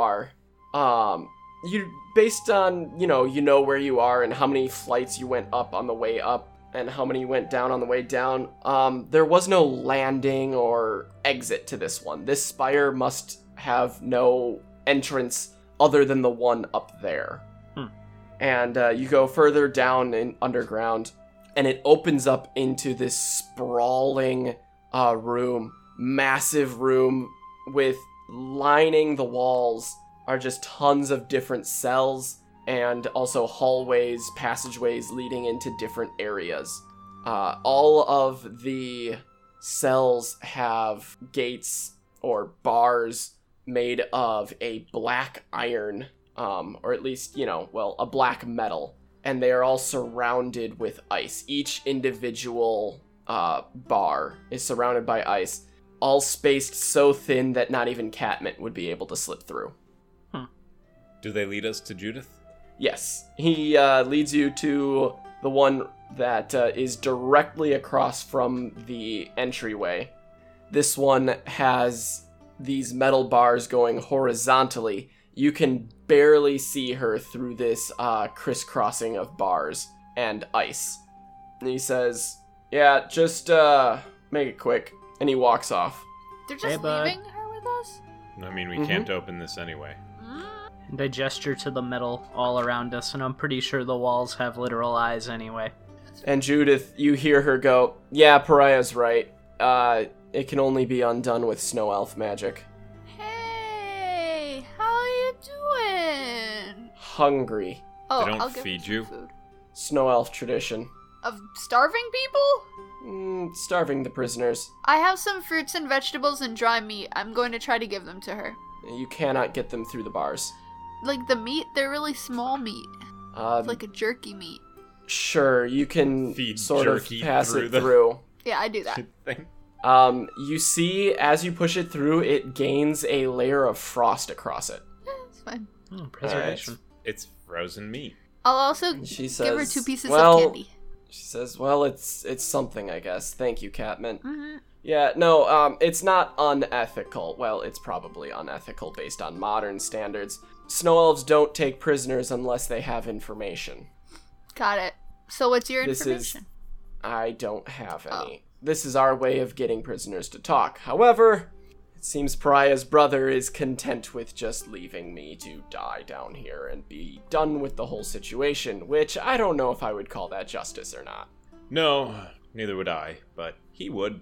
are. Um, you based on you know you know where you are and how many flights you went up on the way up and how many went down on the way down. Um, there was no landing or exit to this one. This spire must have no entrance other than the one up there.
Hmm.
And uh, you go further down in underground, and it opens up into this sprawling uh, room, massive room with lining the walls are just tons of different cells and also hallways, passageways leading into different areas. Uh, all of the cells have gates or bars made of a black iron, um, or at least, you know, well, a black metal. And they are all surrounded with ice. Each individual uh, bar is surrounded by ice, all spaced so thin that not even Catmint would be able to slip through.
Do they lead us to Judith?
Yes, he uh, leads you to the one that uh, is directly across from the entryway. This one has these metal bars going horizontally. You can barely see her through this uh, crisscrossing of bars and ice. And he says, Yeah, just uh, make it quick. And he walks off.
They're
Hey,
just
bud.
leaving her with us?
I mean, we
Mhm.
can't open this anyway.
Mm.
And I gesture to the metal all around us, and I'm pretty sure the walls have literal eyes anyway.
And Judith, you hear her go, Yeah, Pariah's right. Uh, it can only be undone with snow elf magic.
Hey, how are you doing?
Hungry.
Oh,
don't
I'll give her
feed
some
you?
Food.
Snow elf tradition.
Of starving people?
Mm, starving the prisoners.
I have some fruits and vegetables and dry meat. I'm going to try to give them to her.
You cannot get them through the bars.
Like the meat, they're really small meat.
Uh,
It's like a jerky meat.
sure, you can
Feed
sort of
jerky
pass
through
it
the-
through.
Yeah, I do that.
Thing.
Um, you see, as you push it through, it gains a layer of frost across it.
It's fine.
Hmm, preservation.
It's frozen meat.
I'll also
And She says,
give her two pieces
well,
of candy.
She says, "Well, it's it's something, I guess. Thank you, Catman."
hmm
Yeah, no, um, it's not unethical. Well, it's probably unethical based on modern standards. Snow elves don't take prisoners unless they have information.
Got it. So what's your
This is-
information?
I don't have any. This is our way of getting prisoners to talk. However, it seems Pariah's brother is content with just leaving me to die down here and be done with the whole situation, which I don't know if I would call that justice or not.
No, neither would I, but he would.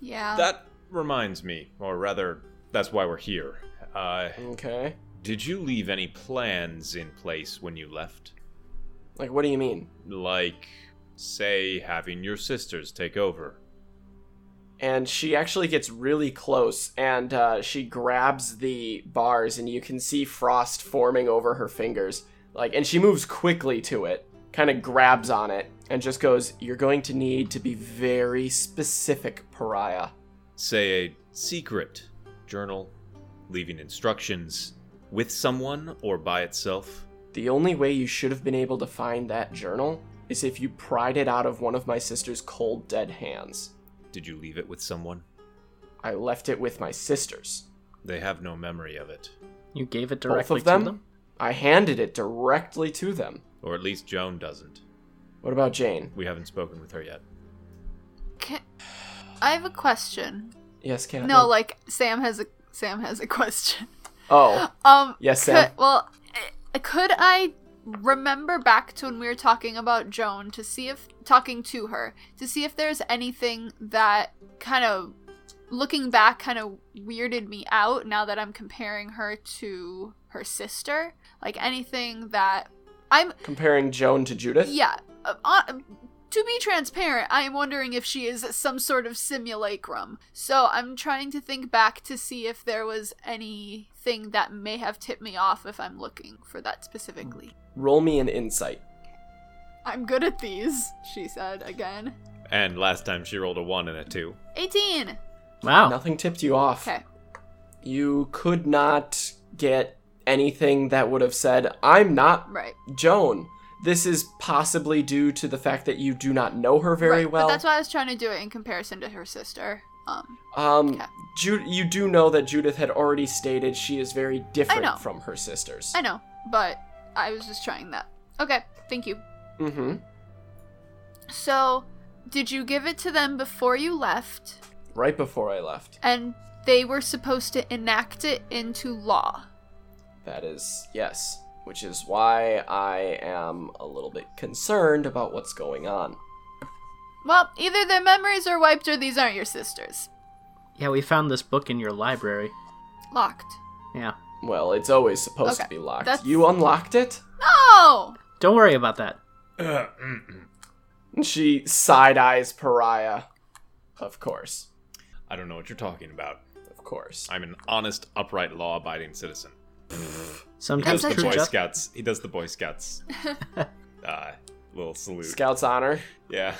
Yeah.
That reminds me, or rather, that's why we're here. Uh,
Okay?
did you leave any plans in place when you left?
Like, what do you mean?
Like, say, having your sisters take over?
and she actually gets really close and uh, she grabs the bars and you can see frost forming over her fingers like and she moves quickly to it kind of grabs on it and just goes you're going to need to be very specific pariah
Say a secret journal, leaving instructions with someone or by itself?
the only way you should have been able to find that journal is if you pried it out of one of my sister's cold dead hands
Did you leave it with someone?
i left it with my sisters
They have no memory of it.
You gave it
both
directly
of them,
to them?
i handed it directly to them
Or at least Joan doesn't.
what about jane
We haven't spoken with her yet.
Ca I have a question.
yes can
No, like Sam has a Sam has a question.
oh
Um.
Yes,
could-
Sam?
well, eh, could I remember back to when we were talking about Joan to see if talking to her to see if there's anything that kind of looking back kind of weirded me out now that I'm comparing her to her sister. Like anything that I'm
Comparing Joan to Judith?
Yeah. Uh, on, to be transparent, I am wondering if she is some sort of simulacrum. So I'm trying to think back to see if there was anything that may have tipped me off if I'm looking for that specifically.
Roll me an insight.
I'm good at these, she said again.
And last time she rolled a 1 and a 2.
18!
Wow.
Nothing tipped you off.
Okay.
You could not get anything that would have said, I'm not
Right.
Joan. This is possibly due to the fact that you do not know her very
right.
well.
But that's why I was trying to do it in comparison to her sister. Um,
um,
Okay.
Ju- you do know that Judith had already stated she is very
know.
different from her sisters.
I know, but I was just trying that. Okay, thank you.
Mm-hmm.
So, did you give it to them before you left?
Right before I left.
and they were supposed to enact it into law.
That is, yes. Which is why I am a little bit concerned about what's going on.
Well, either their memories are wiped or these aren't your sisters.
Yeah, we found this book in your library.
Locked.
Yeah.
Well, it's always supposed to
Okay,
be locked.
that's-
You unlocked it?
No!
Don't worry about that.
And She side eyes Pariah. Of course.
I don't know what you're talking about.
Of course.
I'm an honest, upright, law-abiding citizen. He
Sometimes
does the
such
true
Boy
a-
justice.
Scouts. He does the Boy Scouts. uh, little salute.
Scout's honor.
Yeah.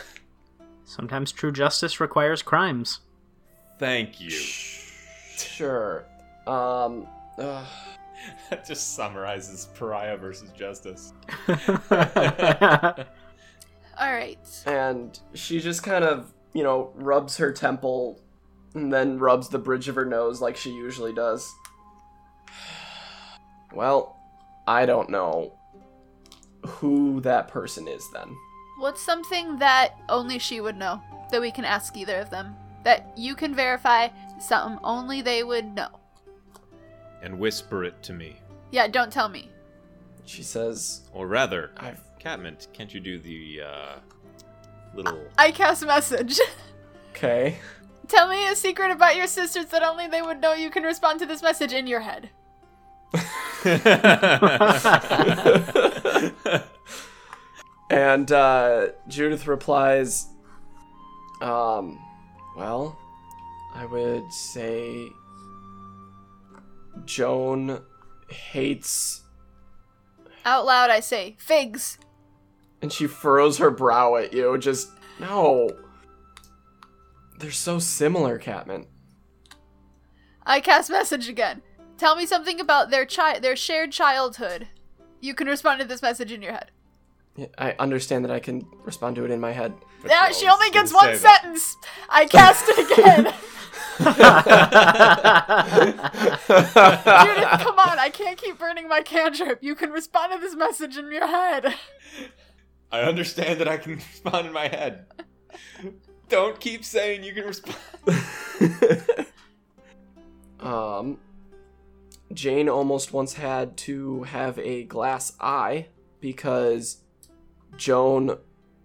Sometimes true justice requires crimes.
Thank you.
Sure. Um. ugh.
that just summarizes pariah versus justice.
I
All right.
and she just kind of, you know, rubs her temple and then rubs the bridge of her nose like she usually does. Well, I don't know who that person is then.
What's something that only she would know that we can ask either of them? That you can verify, something only they would know.
and whisper it to me.
Yeah, don't tell me.
She says,
Or rather,
I've
Catmint, can't you do the uh, little?
I cast message.
okay.
tell me a secret about your sisters that only they would know you can respond to this message in your head.
And uh, Judith replies, um, well, I would say Joan hates
Out loud, I say, figs.
And she furrows her brow at you, just no. They're so similar, Catman.
I cast message again. Tell me something about their chi- their shared childhood. You can respond to this message in your head.
Yeah, I understand that I can respond to it in my head.
Yeah, she only gets
Didn't say
one
that.
sentence. I cast it again. Judith, come on, I can't keep burning my cantrip. You can respond to this message in your head.
I understand that I can respond in my head. Don't keep saying you can respond.
um, Jane almost once had to have a glass eye because Joan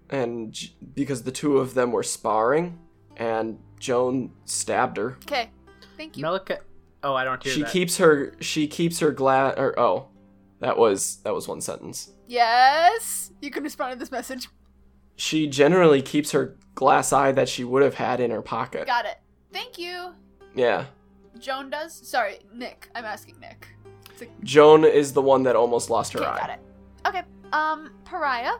and J- because the two of them were sparring, and Joan stabbed her.
Okay, thank you.
Melika. Oh, I don't hear
she
that.
keeps her she keeps her glass or oh that was that was one sentence
Yes, you can respond to this message.
she generally keeps her glass eye that she would have had in her pocket
Got it. Thank you.
yeah
Joan does. Sorry, Nick. I'm asking Nick. It's like,
joan is the one that almost lost her
okay,
eye
got it. Okay. Um, Pariah,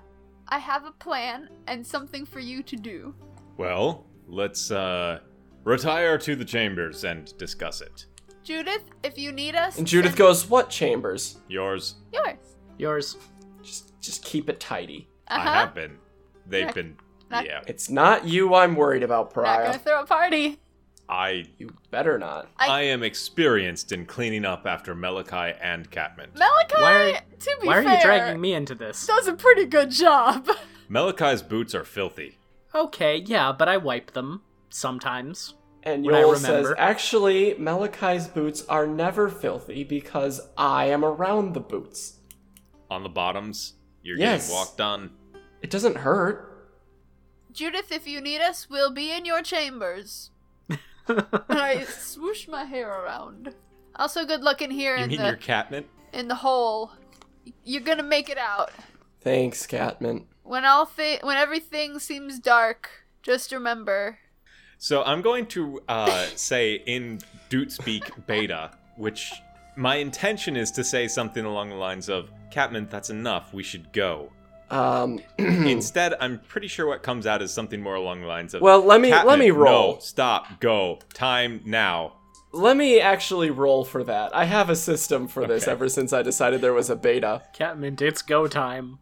I have a plan and something for you to do.
Well, let's uh, retire to the chambers and discuss it.
Judith, if you need us,
and judith
send
goes what chambers
Yours,
yours.
Yours.
just just keep it tidy
Uh
I
huh.
have been. They've
Yeah.
been.
Not-
yeah,
it's not you i'm worried about
Not gonna
pariah
throw a party.
I.
you better not
I-
I, am experienced in cleaning up after Melikai and Catmint.
Malachi,
Why are-
to be
Why are
fair,
you dragging me into this?
does a pretty good job.
Melakai's boots are filthy.
Okay, yeah, but I wipe them sometimes.
and
When I
Yoel says
remember.
actually malachi's boots are never filthy because i am around the boots
On the bottoms, you're
Yes.
getting walked on.
it doesn't hurt
Judith, if you need us, we'll be in your chambers. And I swoosh my hair around. Also, good luck in here
You
in
mean
the
your Catmint?
in the hole. You're gonna make it out.
thanks catman
When all thi- when everything seems dark, just remember.
So I'm going to uh, say in Dutespeak beta, which my intention is to say something along the lines of, Catman, that's enough, we should go.
um
Instead, I'm pretty sure what comes out is something more along the lines of,
Well, let me let
"Catmint,
me roll.
No, stop, go, time now.
Let me actually roll for that. I have a system for this
Okay.
ever since I decided there was a beta.
Catmint, it's go time.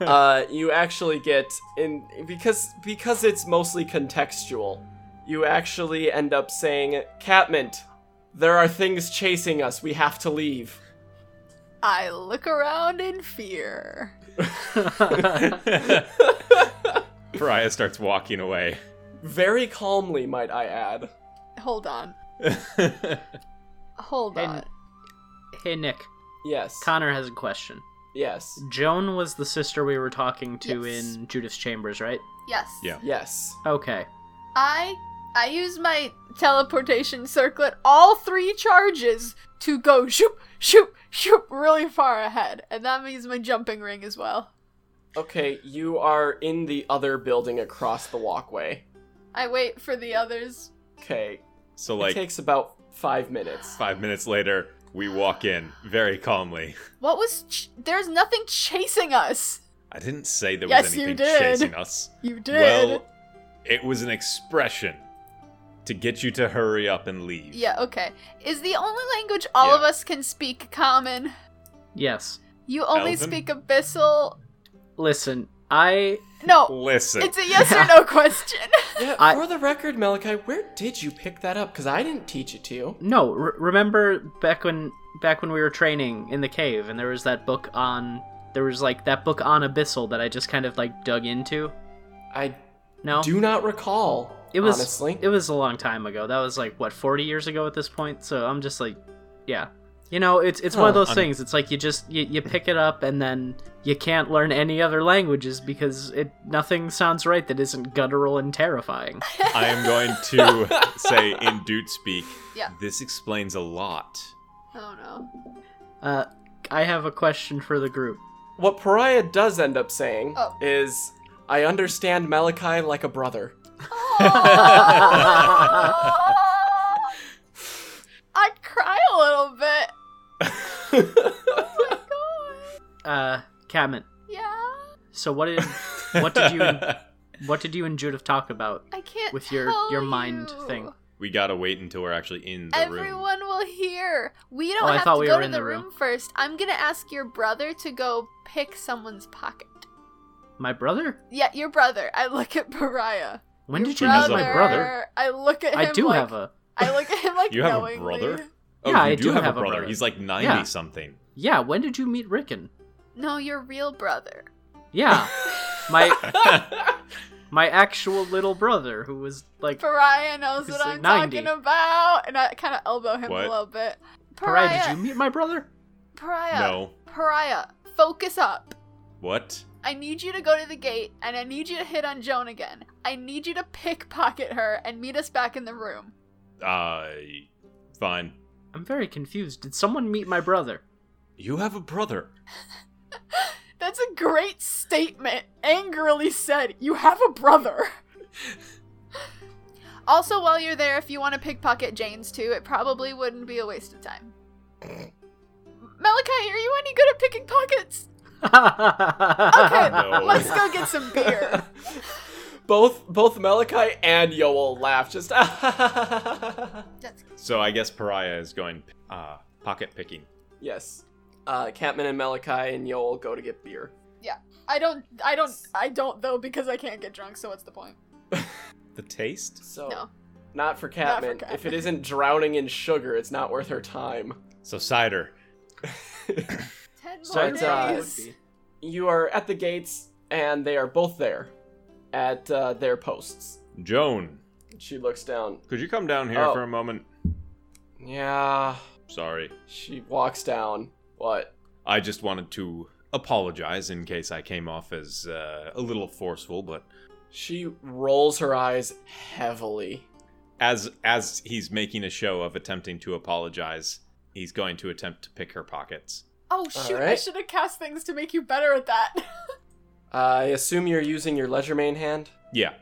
uh, you actually get in because because it's mostly contextual. You actually end up saying, "Catmint, there are things chasing us. We have to leave."
I look around in fear.
Pariah starts walking away.
Very calmly, might I add.
Hold on. Hold
Hey,
on.
hey, Nick.
Yes.
Connor has a question.
yes.
Joan was the sister we were talking to
Yes.
in Judith's chambers, right?
Yes.
Yeah.
Yes.
Okay.
I I use my teleportation circlet, all three charges, to go shoop shoop shoop really far ahead, and that means my jumping ring as well.
Okay, you are in the other building across the walkway.
I wait for the others.
Okay.
so,
it
like,
takes about 5 minutes.
five minutes later, we walk in very calmly.
What was? Ch- There's nothing chasing us.
I didn't say there
Yes,
was
you
anything
did.
chasing us.
You did.
Well, it was an expression to get you to hurry up and leave.
yeah. Okay. Is the only language all of
Yeah.
us can speak common?
Yes.
You only
Elven?
speak abyssal.
Listen, I
No,
Listen.
it's a yes or no question.
Yeah,
I-
for the record, Malachi, where did you pick that up? Because I didn't teach it to you.
no. re- remember back when back when we were training in the cave, and there was that book on there was like that book on abyssal that I just kind of like dug into.
I
No,
do not recall.
it was
honestly.
it was a long time ago. That was like what forty years ago at this point. So I'm just like, yeah, you know, it's it's one
Huh.
of those
I'm-
things. It's like you just you, you pick it up and then you can't learn any other languages because it nothing sounds right that isn't guttural and terrifying.
I am going to say in dude speak.
Yeah.
This explains a lot.
Oh no.
Uh, I have a question for the group.
What Pariah does end up saying
Oh.
is, I understand Malachi like a brother.
I'd cry a little bit.
Uh, Kamen.
Yeah,
So what did What did you- what did you and Judith talk about?
I can't.
With your-
tell
your mind
you.
thing.
we gotta wait until we're actually in the room.
Everyone will hear. We don't
Oh, I
have
thought
to
we
go
were
to
in
the
the
room.
room.
first. I'm gonna ask your brother to go pick someone's pocket.
My brother?
Yeah, your brother. I look at Pariah.
When
Your
did you meet my brother?
I look at him.
I do
like,
have a.
I look at him like
You have a
knowingly.
brother?
Yeah,
Oh, you
I do
have,
have
a
a
brother.
brother.
He's like 90
Yeah.
something.
Yeah. When did you meet Rickon?
No, your real brother.
Yeah. my my actual little brother who was like
Pariah knows
He's
what
like
I'm
90.
talking about, and I kind of elbow him
What?
a little bit.
Pariah,
Pariah,
did you meet my brother?
Pariah,
no.
Pariah, focus up.
What?
I need you to go to the gate, and I need you to hit on Joan again. I need you to pickpocket her and meet us back in the room.
Uh, fine.
I'm very confused. Did someone meet my brother?
You have a brother.
That's a great statement. Angrily said, you have a brother. also, while you're there, if you want to pickpocket Jane's too, it probably wouldn't be a waste of time. Malachi, are you any good at picking pockets? Okay,
No.
let's go get some beer.
both both Malachi and Yoel laugh. Just
So I guess Pariah is going uh, pocket picking.
yes. Uh, Catman and Malachi and Yoel go to get beer.
I don't, I don't, I don't though because I can't get drunk. So what's the point?
The taste?
So
No.
not for
Not for
Catman. If it
Catman.
isn't drowning in sugar, it's not worth her time.
So cider.
Ten more
Sorry,
But, uh,
days.
you are at the gates, and they are both there at uh, their posts.
Joan,
She looks down.
could you come down here
Oh.
for a moment?
Yeah.
Sorry.
She walks down. What?
I just wanted to apologize in case I came off as uh, a little forceful, but
She rolls her eyes heavily.
as as he's making a show of attempting to apologize, he's going to attempt to pick her pockets.
Oh shoot! I
right.
should have cast things to make you better at that.
I assume you're using your ledger main hand.
Yeah,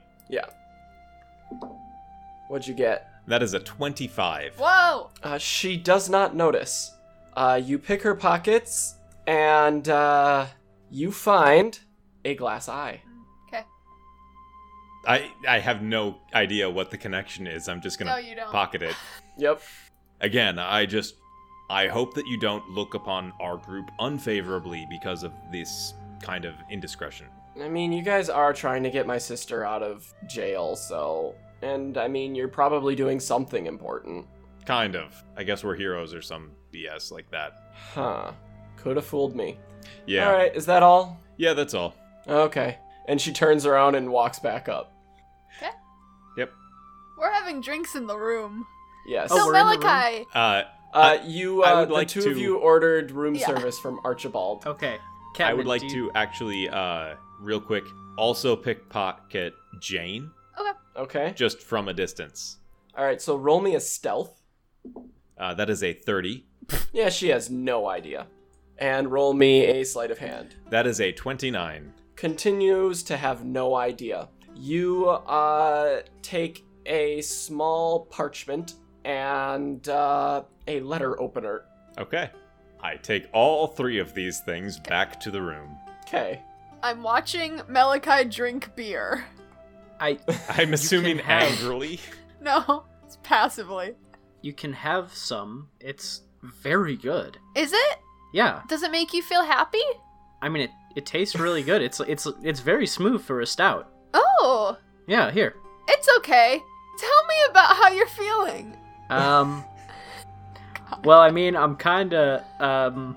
What'd you get?
that is a twenty-five.
Whoa!
Uh, she does not notice. Uh, you pick her pockets, and uh, you find a glass eye.
Okay.
I I have no idea what the connection is. I'm just gonna
No, you don't.
pocket it
Yep.
again. I just I hope that you don't look upon our group unfavorably because of this kind of indiscretion.
I mean, you guys are trying to get my sister out of jail, so. And I mean, you're probably doing something important.
Kind of. I guess we're heroes or some BS like that.
Huh. Could have fooled me.
Yeah.
Alright, is that all?
Yeah, that's all.
Okay. And she turns around and walks back up.
We're having drinks in the room.
Yes.
Oh,
so
we're in the room?
Malachi,
Uh,
uh, you, uh,
I would
the
like
two of
to-
you ordered room
Yeah.
service from Archibald.
okay.
I would
Catman,
like
do you-
to actually, uh, real quick, also pickpocket Jane
Okay.
just from a distance.
Alright, so roll me a stealth.
Uh, that is a 30.
Yeah, she has no idea. And roll me a sleight of hand.
That is a 29.
Continues to have no idea. You uh, take a small parchment and uh, a letter opener.
Okay. I take all three of these things back to the room.
Okay.
I'm watching Malachi drink beer.
I
I'm assuming
have-
angrily.
No, it's passively.
you can have some. It's very good.
Is it?
Yeah.
Does it make you feel happy?
I mean it It tastes really good. It's it's it's very smooth for a stout.
Oh,
Yeah, here.
it's okay. Tell me about how you're feeling.
Um Well, I mean, I'm kind of um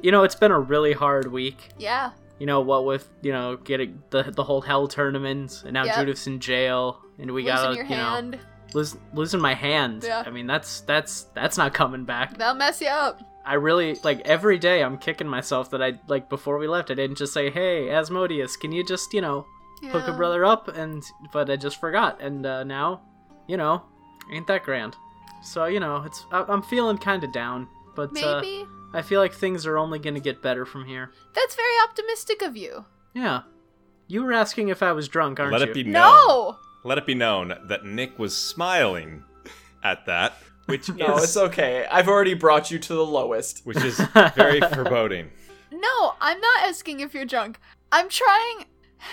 you know, it's been a really hard week.
Yeah.
You know, what with, you know, getting the the whole hell tournament and now
Yep.
Judith's in jail and we
Losing
got to,
your
you know,
hand.
lose, losing my hand.
Yeah.
I mean, that's that's that's not coming back.
That'll mess you up.
I really like every day I'm kicking myself that I like before we left I didn't just say, "Hey, Asmodeus, can you just, you know, hook a
Yeah.
brother up?" and but I just forgot and uh, now, you know, ain't that grand. So, you know, it's I- I'm feeling kind of down, but uh,
Maybe.
I feel like things are only going to get better from here.
That's very optimistic of you.
Yeah. You were asking if I was drunk, aren't
Let
you?
it be known.
No.
Let it be known that Nick was smiling at that, which
No,
is
it's okay. I've already brought you to the lowest.
which is very foreboding.
No, I'm not asking if you're drunk. I'm trying.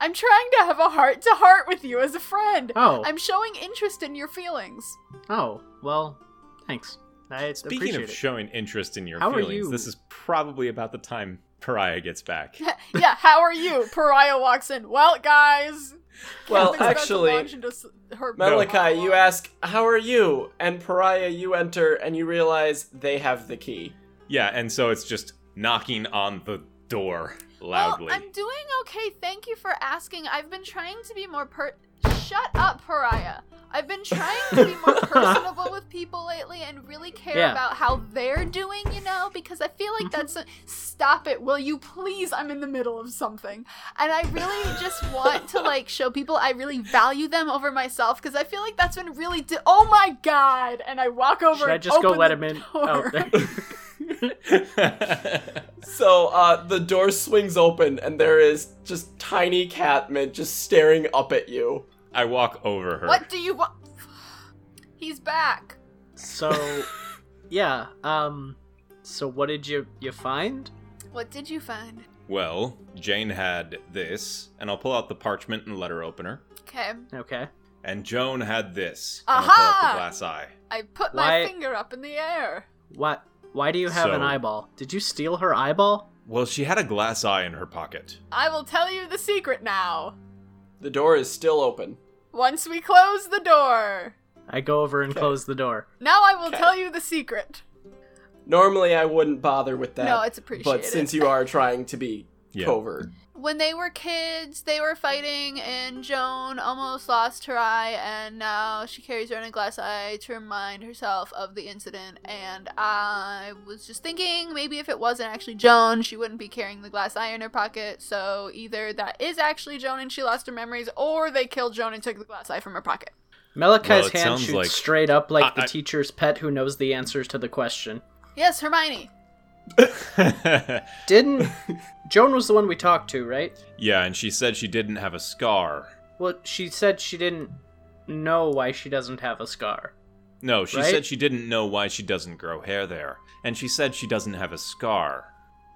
I'm trying to have a heart to heart with you as a friend.
Oh.
I'm showing interest in your feelings.
Oh, well, thanks. I
Speaking
appreciate
of
it.
showing interest in your
How are
feelings,
you-
this is probably about the time Pariah gets back.
yeah, how are you? Pariah walks in. Well, guys.
Well,
Catherine's about to
actually,
launch into s- her
Malachi,
monologue.
you ask, How are you? And Pariah, you enter and you realize they have the key.
Yeah, and so it's just knocking on the door loudly.
Well, I'm doing okay. Thank you for asking. I've been trying to be more per. Shut up, pariah. I've been trying to be more personable with people lately and really care
Yeah. Mm-hmm.
about how they're doing, you know, because I feel like that's a- stop it. Will you please? I'm in the middle of something. And I really just want to like show people I really value them over myself because I feel like that's been really di- Oh my god. And I walk over
Should
and
I just go
open
let
the
him in? Oh,
door.
there.
So uh, the door swings open and there is just tiny Catman just staring up at you.
I walk over her.
What do you want? He's back.
So, yeah. Um, so what did you you find?
What did you find?
Well, Jane had this, and I'll pull out the parchment and letter opener.
Okay.
Okay.
And Joan had this. and I'll pull out
Aha!
the glass eye.
I put my
Why-
finger up in the air.
What? Why do you have an
So-
eyeball? Did you steal her eyeball?
Well, she had a glass eye in her pocket.
I will tell you the secret now.
The door is still open.
Once we close the door.
I go over and
Okay.
close the door.
Now I will
Okay.
tell you the secret.
Normally I wouldn't bother with that.
no, it's appreciated.
but since you are trying to be
Yeah.
covert.
when they were kids, they were fighting, and Joan almost lost her eye, and now she carries around a glass eye to remind herself of the incident. And I was just thinking, maybe if it wasn't actually Joan, she wouldn't be carrying the glass eye in her pocket. So either that is actually Joan and she lost her memories, or they killed Joan and took the glass eye from her pocket.
Well,
Melika's
it
hand
sounds
shoots
like-
straight up like
I-
the
I-
teacher's pet who knows the answers to the question.
Yes, Hermione.
Didn't Joan was the one we talked to, right?
yeah, and she said she didn't have a scar.
Well, she said she didn't know why she doesn't have a scar.
No, she
Right?
said she didn't know why she doesn't grow hair there. And she said she doesn't have a scar.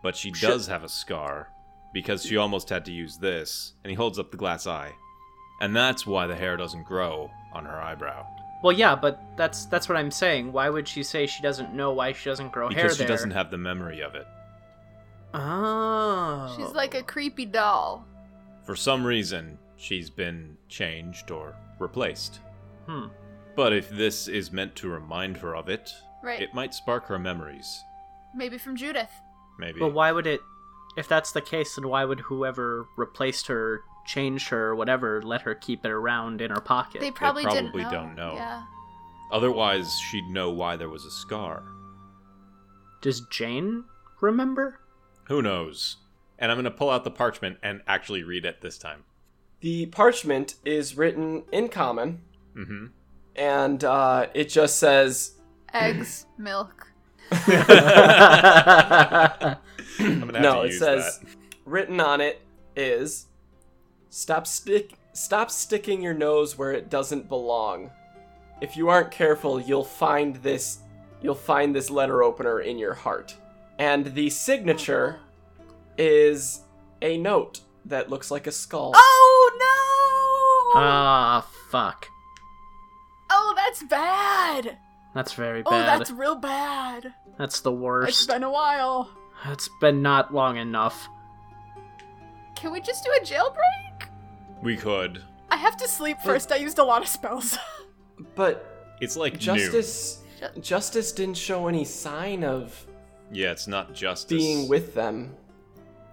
But she
Sure.
does have a scar because she almost had to use this. And he holds up the glass eye. And that's why the hair doesn't grow on her eyebrow.
Well, yeah, but that's that's what I'm saying. Why would she say she doesn't know why she doesn't grow Oh, hair
because she
there?
doesn't have the memory of it.
Oh.
She's like a creepy doll.
For some reason, she's been changed or replaced.
Hmm.
But if this is meant to remind her of it,
Right.
it might spark her memories.
Maybe from Judith.
Maybe.
But why would it? If that's the case, then why would whoever replaced her, changed her, or whatever, let her keep it around in her pocket?
They probably,
probably
didn't know.
don't know.
Yeah.
Otherwise, she'd know why there was a scar.
Does Jane remember?
Who knows? And I'm going to pull out the parchment and actually read it this time.
The parchment is written in common,
Mm-hmm.
and uh, it just says,
Eggs, milk.
I'm going to have
No,
to
it
use
says-
that.
written on it is, stop stick, stop sticking your nose where it doesn't belong. If you aren't careful, you'll find this, you'll find this letter opener in your heart. And the signature is a note that looks like a skull.
Oh no!
Ah, fuck.
oh, that's bad.
That's very
Oh,
bad.
that's real bad.
that's the
It's
worst.
been a while.
It's been not long enough.
Can we just do a jailbreak?
We could.
I have to sleep first. I used a lot of spells.
But
It's like justice.
justice,
Ju-
justice didn't show any sign of
Yeah, it's not justice.
being with them.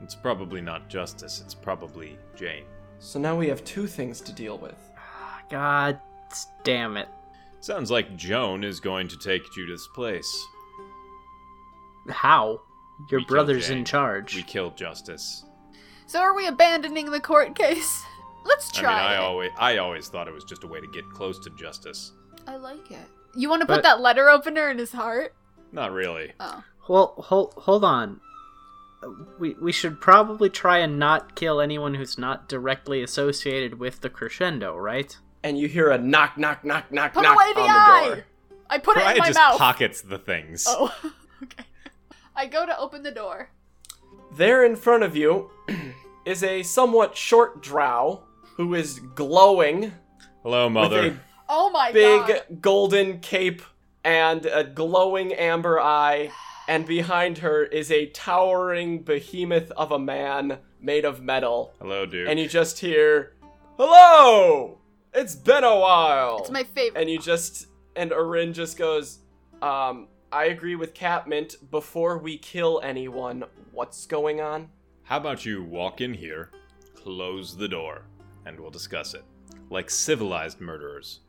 It's probably not justice. It's probably Jane.
So now we have two things to deal with.
Ah, God damn it.
Sounds like Joan is going to take Judith's place.
How? Your
We killed
brother's in
Jane.
charge.
We killed justice.
So are we abandoning the court case? Let's try.
I mean, I
it.
always, I always thought it was just a way to get close to justice.
I like it. You want to put
But-
that letter opener in his heart?
Not really.
Oh.
Well, hold hold on. We we should probably try and not kill anyone who's not directly associated with the crescendo, right?
And you hear a knock, knock, knock, knock,
Put
knock
away the
on the
eye!
door.
I put it
Pariah
in my
just
mouth.
pockets the things.
Oh, okay. I go to open the door.
There in front of you is a somewhat short drow who is glowing
Hello, mother.
with a
Oh my
big
god.
golden cape and a glowing amber eye, and behind her is a towering behemoth of a man made of metal.
Hello, dude.
And you just hear, "Hello, it's been a while."
It's my favorite.
and you just and Orin just goes, um, "I agree with Catmint. Before we kill anyone, what's going on?"
How about you walk in here, close the door, and we'll discuss it. Like civilized murderers.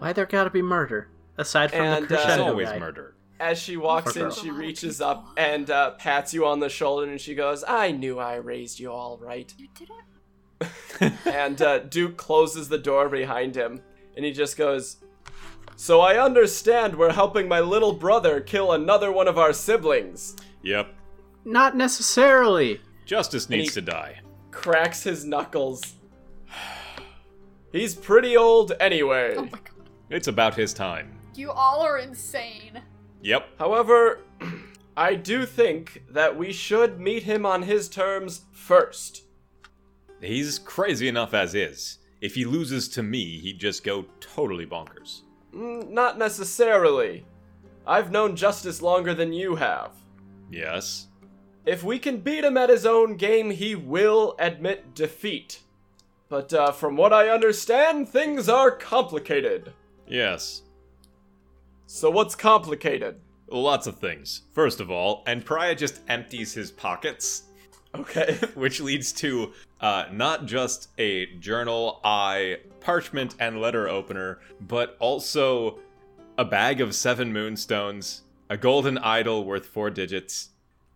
Why there gotta be murder? Aside from
And,
the
uh,
There's
crescendo.
always
guy.
murder.
As she walks
Fuck
in,
off.
Oh
she reaches up and uh, pats you on the shoulder, and she goes, "I knew I raised you all right."
You did it.
and uh, Duke closes the door behind him, and he just goes, "So I understand we're helping my little brother kill another one of our siblings."
Yep.
Not necessarily.
Justice
And
needs
he-
to die.
Cracks his knuckles. He's pretty old anyway.
Oh my god.
It's about his time.
You all are insane.
Yep.
However, I do think that we should meet him on his terms first.
He's crazy enough as is. If he loses to me, he'd just go totally bonkers.
Mm, not necessarily. I've known Justice longer than you have.
Yes.
If we can beat him at his own game, he will admit defeat. But uh, from what I understand, things are complicated.
Yes.
So what's complicated?
Lots of things. First of all, and Pariah just empties his pockets,
Okay.
which leads to uh, not just a journal, eye, parchment, and letter opener, but also a bag of seven moonstones, a golden idol worth four digits,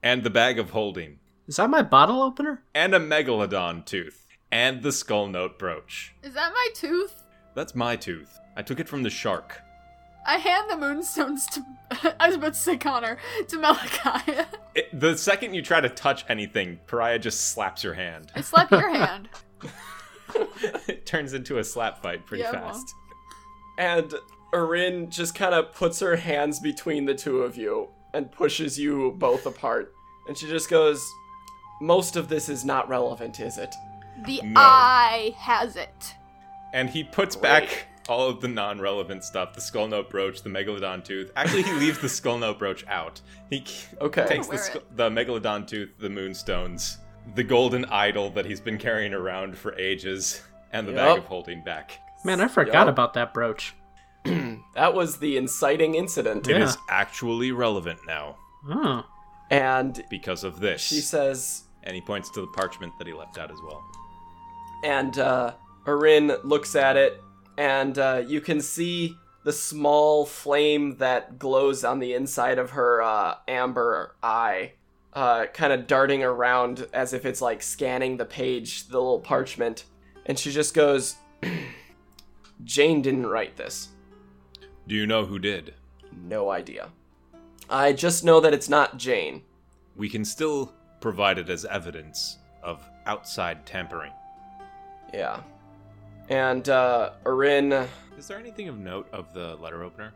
and the bag of holding,
Is that my bottle opener?
and a megalodon tooth, and the skull note brooch.
Is that my tooth?
That's my tooth. I took it from the shark.
I hand the moonstones to. I was about to say Connor to Malachi.
It, the second you try to touch anything, Pariah just slaps your hand.
I slap your hand.
it turns into a slap fight pretty
Yeah, well.
fast.
And Erin just kind of puts her hands between the two of you and pushes you both apart. And she just goes, Most of this is not relevant, is it?
The
No.
eye has it.
And he puts back all of the non relevant stuff the skull note brooch, the megalodon tooth. Actually, he leaves the skull note brooch out. He k-
Okay.
takes the,
wear
sk-
it.
the megalodon tooth, the moonstones, the golden idol that he's been carrying around for ages, and the bag
Yup.
of holding back.
Man, I forgot
Yup.
about that brooch.
That was the inciting incident.
It
Yeah.
is actually relevant now
Oh.
And
because of this.
she says,
and he points to the parchment that he left out as well.
and uh, Erin looks at it, and uh, you can see the small flame that glows on the inside of her uh, amber eye, uh, kind of darting around as if it's like scanning the page, the little parchment, and she just goes, "Jane didn't write this.
Do you know who did?
No idea. I just know that it's not Jane."
We can still provide it as evidence of outside tampering.
Yeah. And uh, Erin,
Is there anything of note of the letter opener?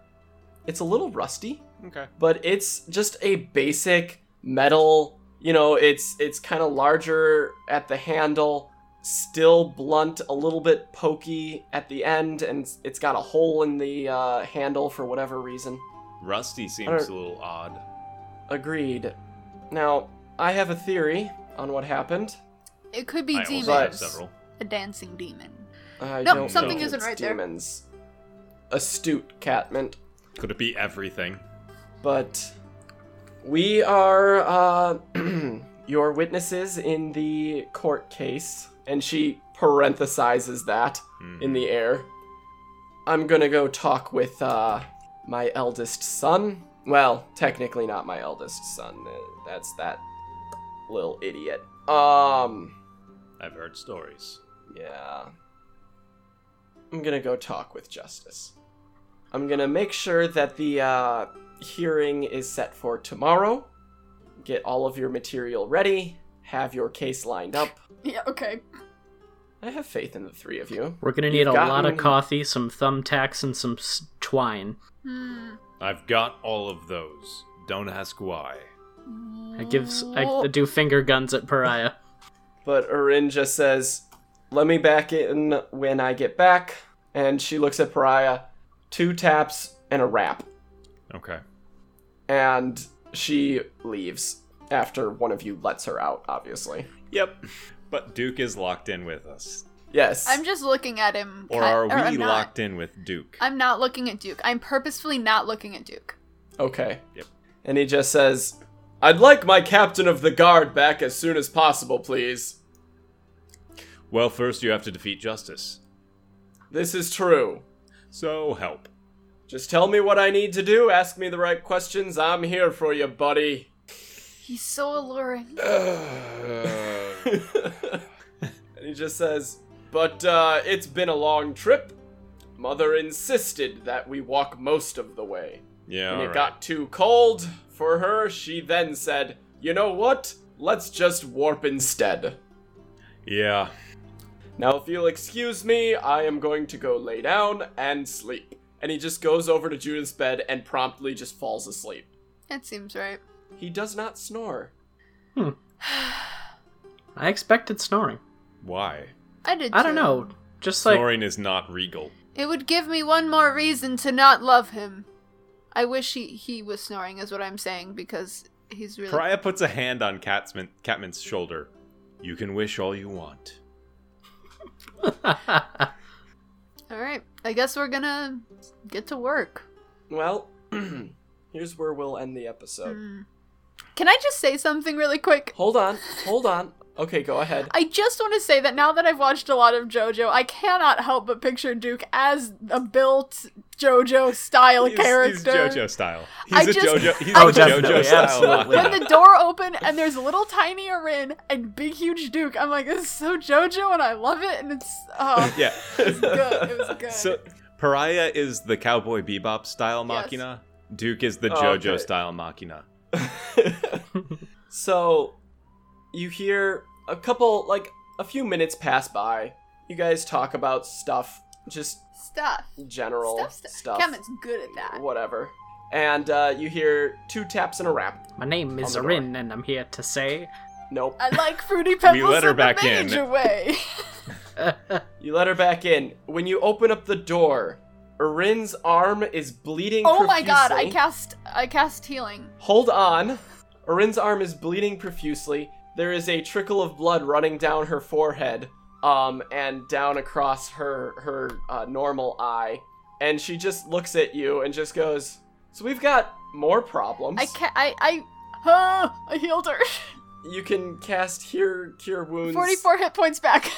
it's a little rusty.
Okay.
but it's just a basic metal you know it's it's kind of larger at the handle still blunt a little bit pokey at the end and it's- it's got a hole in the uh, handle for whatever reason
Rusty
I
seems
don't-
a little odd.
agreed now I have a theory on what happened.
It could be
I also
demons.
But-
have several.
A dancing demon.
I
Nope,
don't
something
think
isn't
it's
right there.
demons. Astute Catmint.
Could it be everything?
But we are uh, your witnesses in the court case. And she parenthesizes that
Hmm.
in the air. I'm gonna go talk with uh, my eldest son. Well, technically not my eldest son. Uh, That's that little idiot. Um,
I've heard stories.
yeah. I'm gonna go talk with Justice. I'm gonna make sure that the uh, hearing is set for tomorrow. Get all of your material ready. Have your case lined up.
Yeah, okay.
I have faith in the three of you.
We're gonna
You've
need a lot
gotten-
of coffee, some thumbtacks, and some s- twine.
Hmm.
I've got all of those. Don't ask why.
I gives
Wha-
I do finger guns at Pariah.
But Orin just says, Let me back in when I get back. And she looks at Pariah, two taps and a rap.
Okay.
And she leaves after one of you lets her out, obviously.
Yep. But Duke is locked in with us.
Yes.
I'm just looking at him.
Or
ki-
are we
I'm not.
locked in with Duke?
I'm not looking at Duke. I'm purposefully not looking at Duke.
Okay.
Yep.
And he just says, I'd like my captain of the guard back as soon as possible, please.
Well, first you have to defeat justice.
This is true.
So help.
Just tell me what I need to do, ask me the right questions. I'm here for you, buddy.
He's so alluring.
Uh, and he just says, But uh, it's been a long trip. Mother insisted that we walk most of the way.
yeah.
When it
alright.
got too cold for her, she then said, You know what? Let's just warp instead.
Yeah.
Now, if you'll excuse me, I am going to go lay down and sleep. And he just goes over to Judith's bed and promptly just falls asleep.
That seems right.
He does not snore.
Hmm. I expected snoring.
Why?
I did.
I don't
too.
know. Just like
Snoring is not regal.
It would give me one more reason to not love him. I wish he he was snoring, is what I'm saying, because he's really.
Pariah puts a hand on Catman, Catman's shoulder. You can wish all you want.
All right, I guess we're gonna get to work.
Well, here's where we'll end the episode.
Hmm. Can I just say something really quick?
Hold on, hold on. Okay, go ahead.
I just want to say that now that I've watched a lot of JoJo, I cannot help but picture Duke as a built JoJo style
he's,
character.
He's JoJo style. He's
I
a
just-
JoJo. He's
Oh,
a
definitely,
JoJo style.
absolutely.
lockdown.
When the door opened and there's a little tiny Arin and big huge Duke, I'm like, this is so JoJo and I love it and it's oh,
yeah.
it's good. It was good.
So Pariah is the cowboy bebop style
Yes.
machina. Duke is the
Oh,
JoJo
okay.
style machina.
so, you hear a couple, like, a few minutes pass by. You guys talk about stuff, just
stuff.
general
Stuff,
stuff.
stuff. Kevin's good at that.
Whatever. And uh, you hear two taps and a rap.
my name is
On the
Rin, and I'm here to say.
Nope.
I like fruity pebbles.
let her
in the
back in.
major Way.
You let her back in. When you open up the door, Erin's arm is bleeding
oh my
profusely.
god! I cast I cast healing.
Hold on. Erin's arm is bleeding profusely. There is a trickle of blood running down her forehead, um, and down across her her uh, normal eye. And she just looks at you and just goes, "So we've got more problems.
I can I I. Huh, I healed her.
you can cast cure cure wounds.
44 hit points back.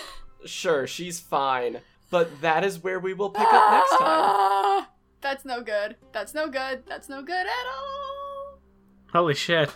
Sure, she's fine. But that is where we will pick up next time.
Ah, That's no good. That's no good. That's no good at all.
Holy shit.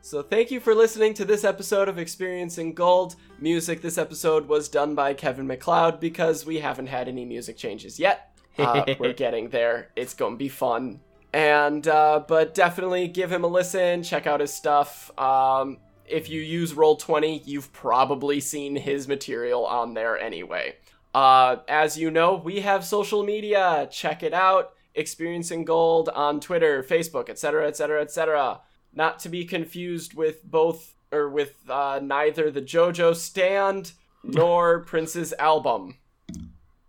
So thank you for listening to this episode of Experiencing Gold. Music this episode was done by Kevin McLeod because we haven't had any music changes yet. Uh, we're getting there. It's gonna be fun. And uh, but definitely give him a listen. Check out his stuff. Um, if you use Roll Twenty, you've probably seen his material on there anyway. Uh, as you know, we have social media. Check it out. Experiencing Gold on Twitter, Facebook, etc., etc., etc not to be confused with both or with uh, neither the JoJo stand nor Prince's album.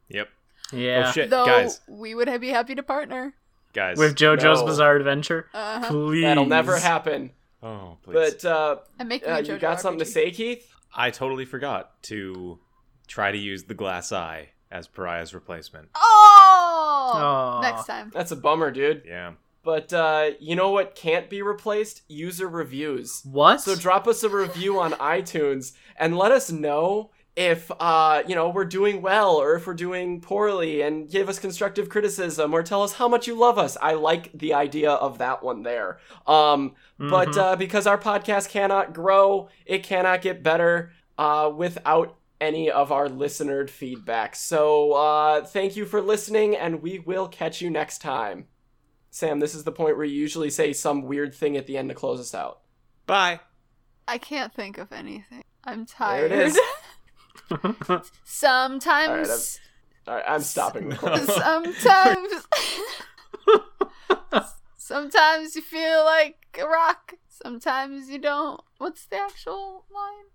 Yep.
Yeah.
Oh shit,
Though
guys,
we would be happy to partner.
guys.
With JoJo's
No.
Bizarre Adventure.
Uh-huh.
Please.
That'll never happen.
Oh, please.
But uh,
I'm making
uh,
a
you
JoJo
got something to
RPG.
say, Keith?
I totally forgot to try to use the glass eye as Pariah's replacement.
Oh!
Aw.
Next time.
That's a bummer, dude.
Yeah.
But uh, you know what can't be replaced? User reviews.
What?
So drop us a review on iTunes and let us know if uh, you know we're doing well or if we're doing poorly, and give us constructive criticism or tell us how much you love us. I like the idea of that one there. Um, but
Mhm.
uh, because our podcast cannot grow, it cannot get better uh, without any of our listener feedback. So uh, thank you for listening, and we will catch you next time. Sam, this is the point where you usually say some weird thing at the end to close us out.
Bye.
I can't think of anything.
There
I'm tired.
it is. uh,
Sometimes.
All right, I'm stopping.
No. I'm-
sometimes. sometimes you feel like a rock. Sometimes you don't. What's the actual line?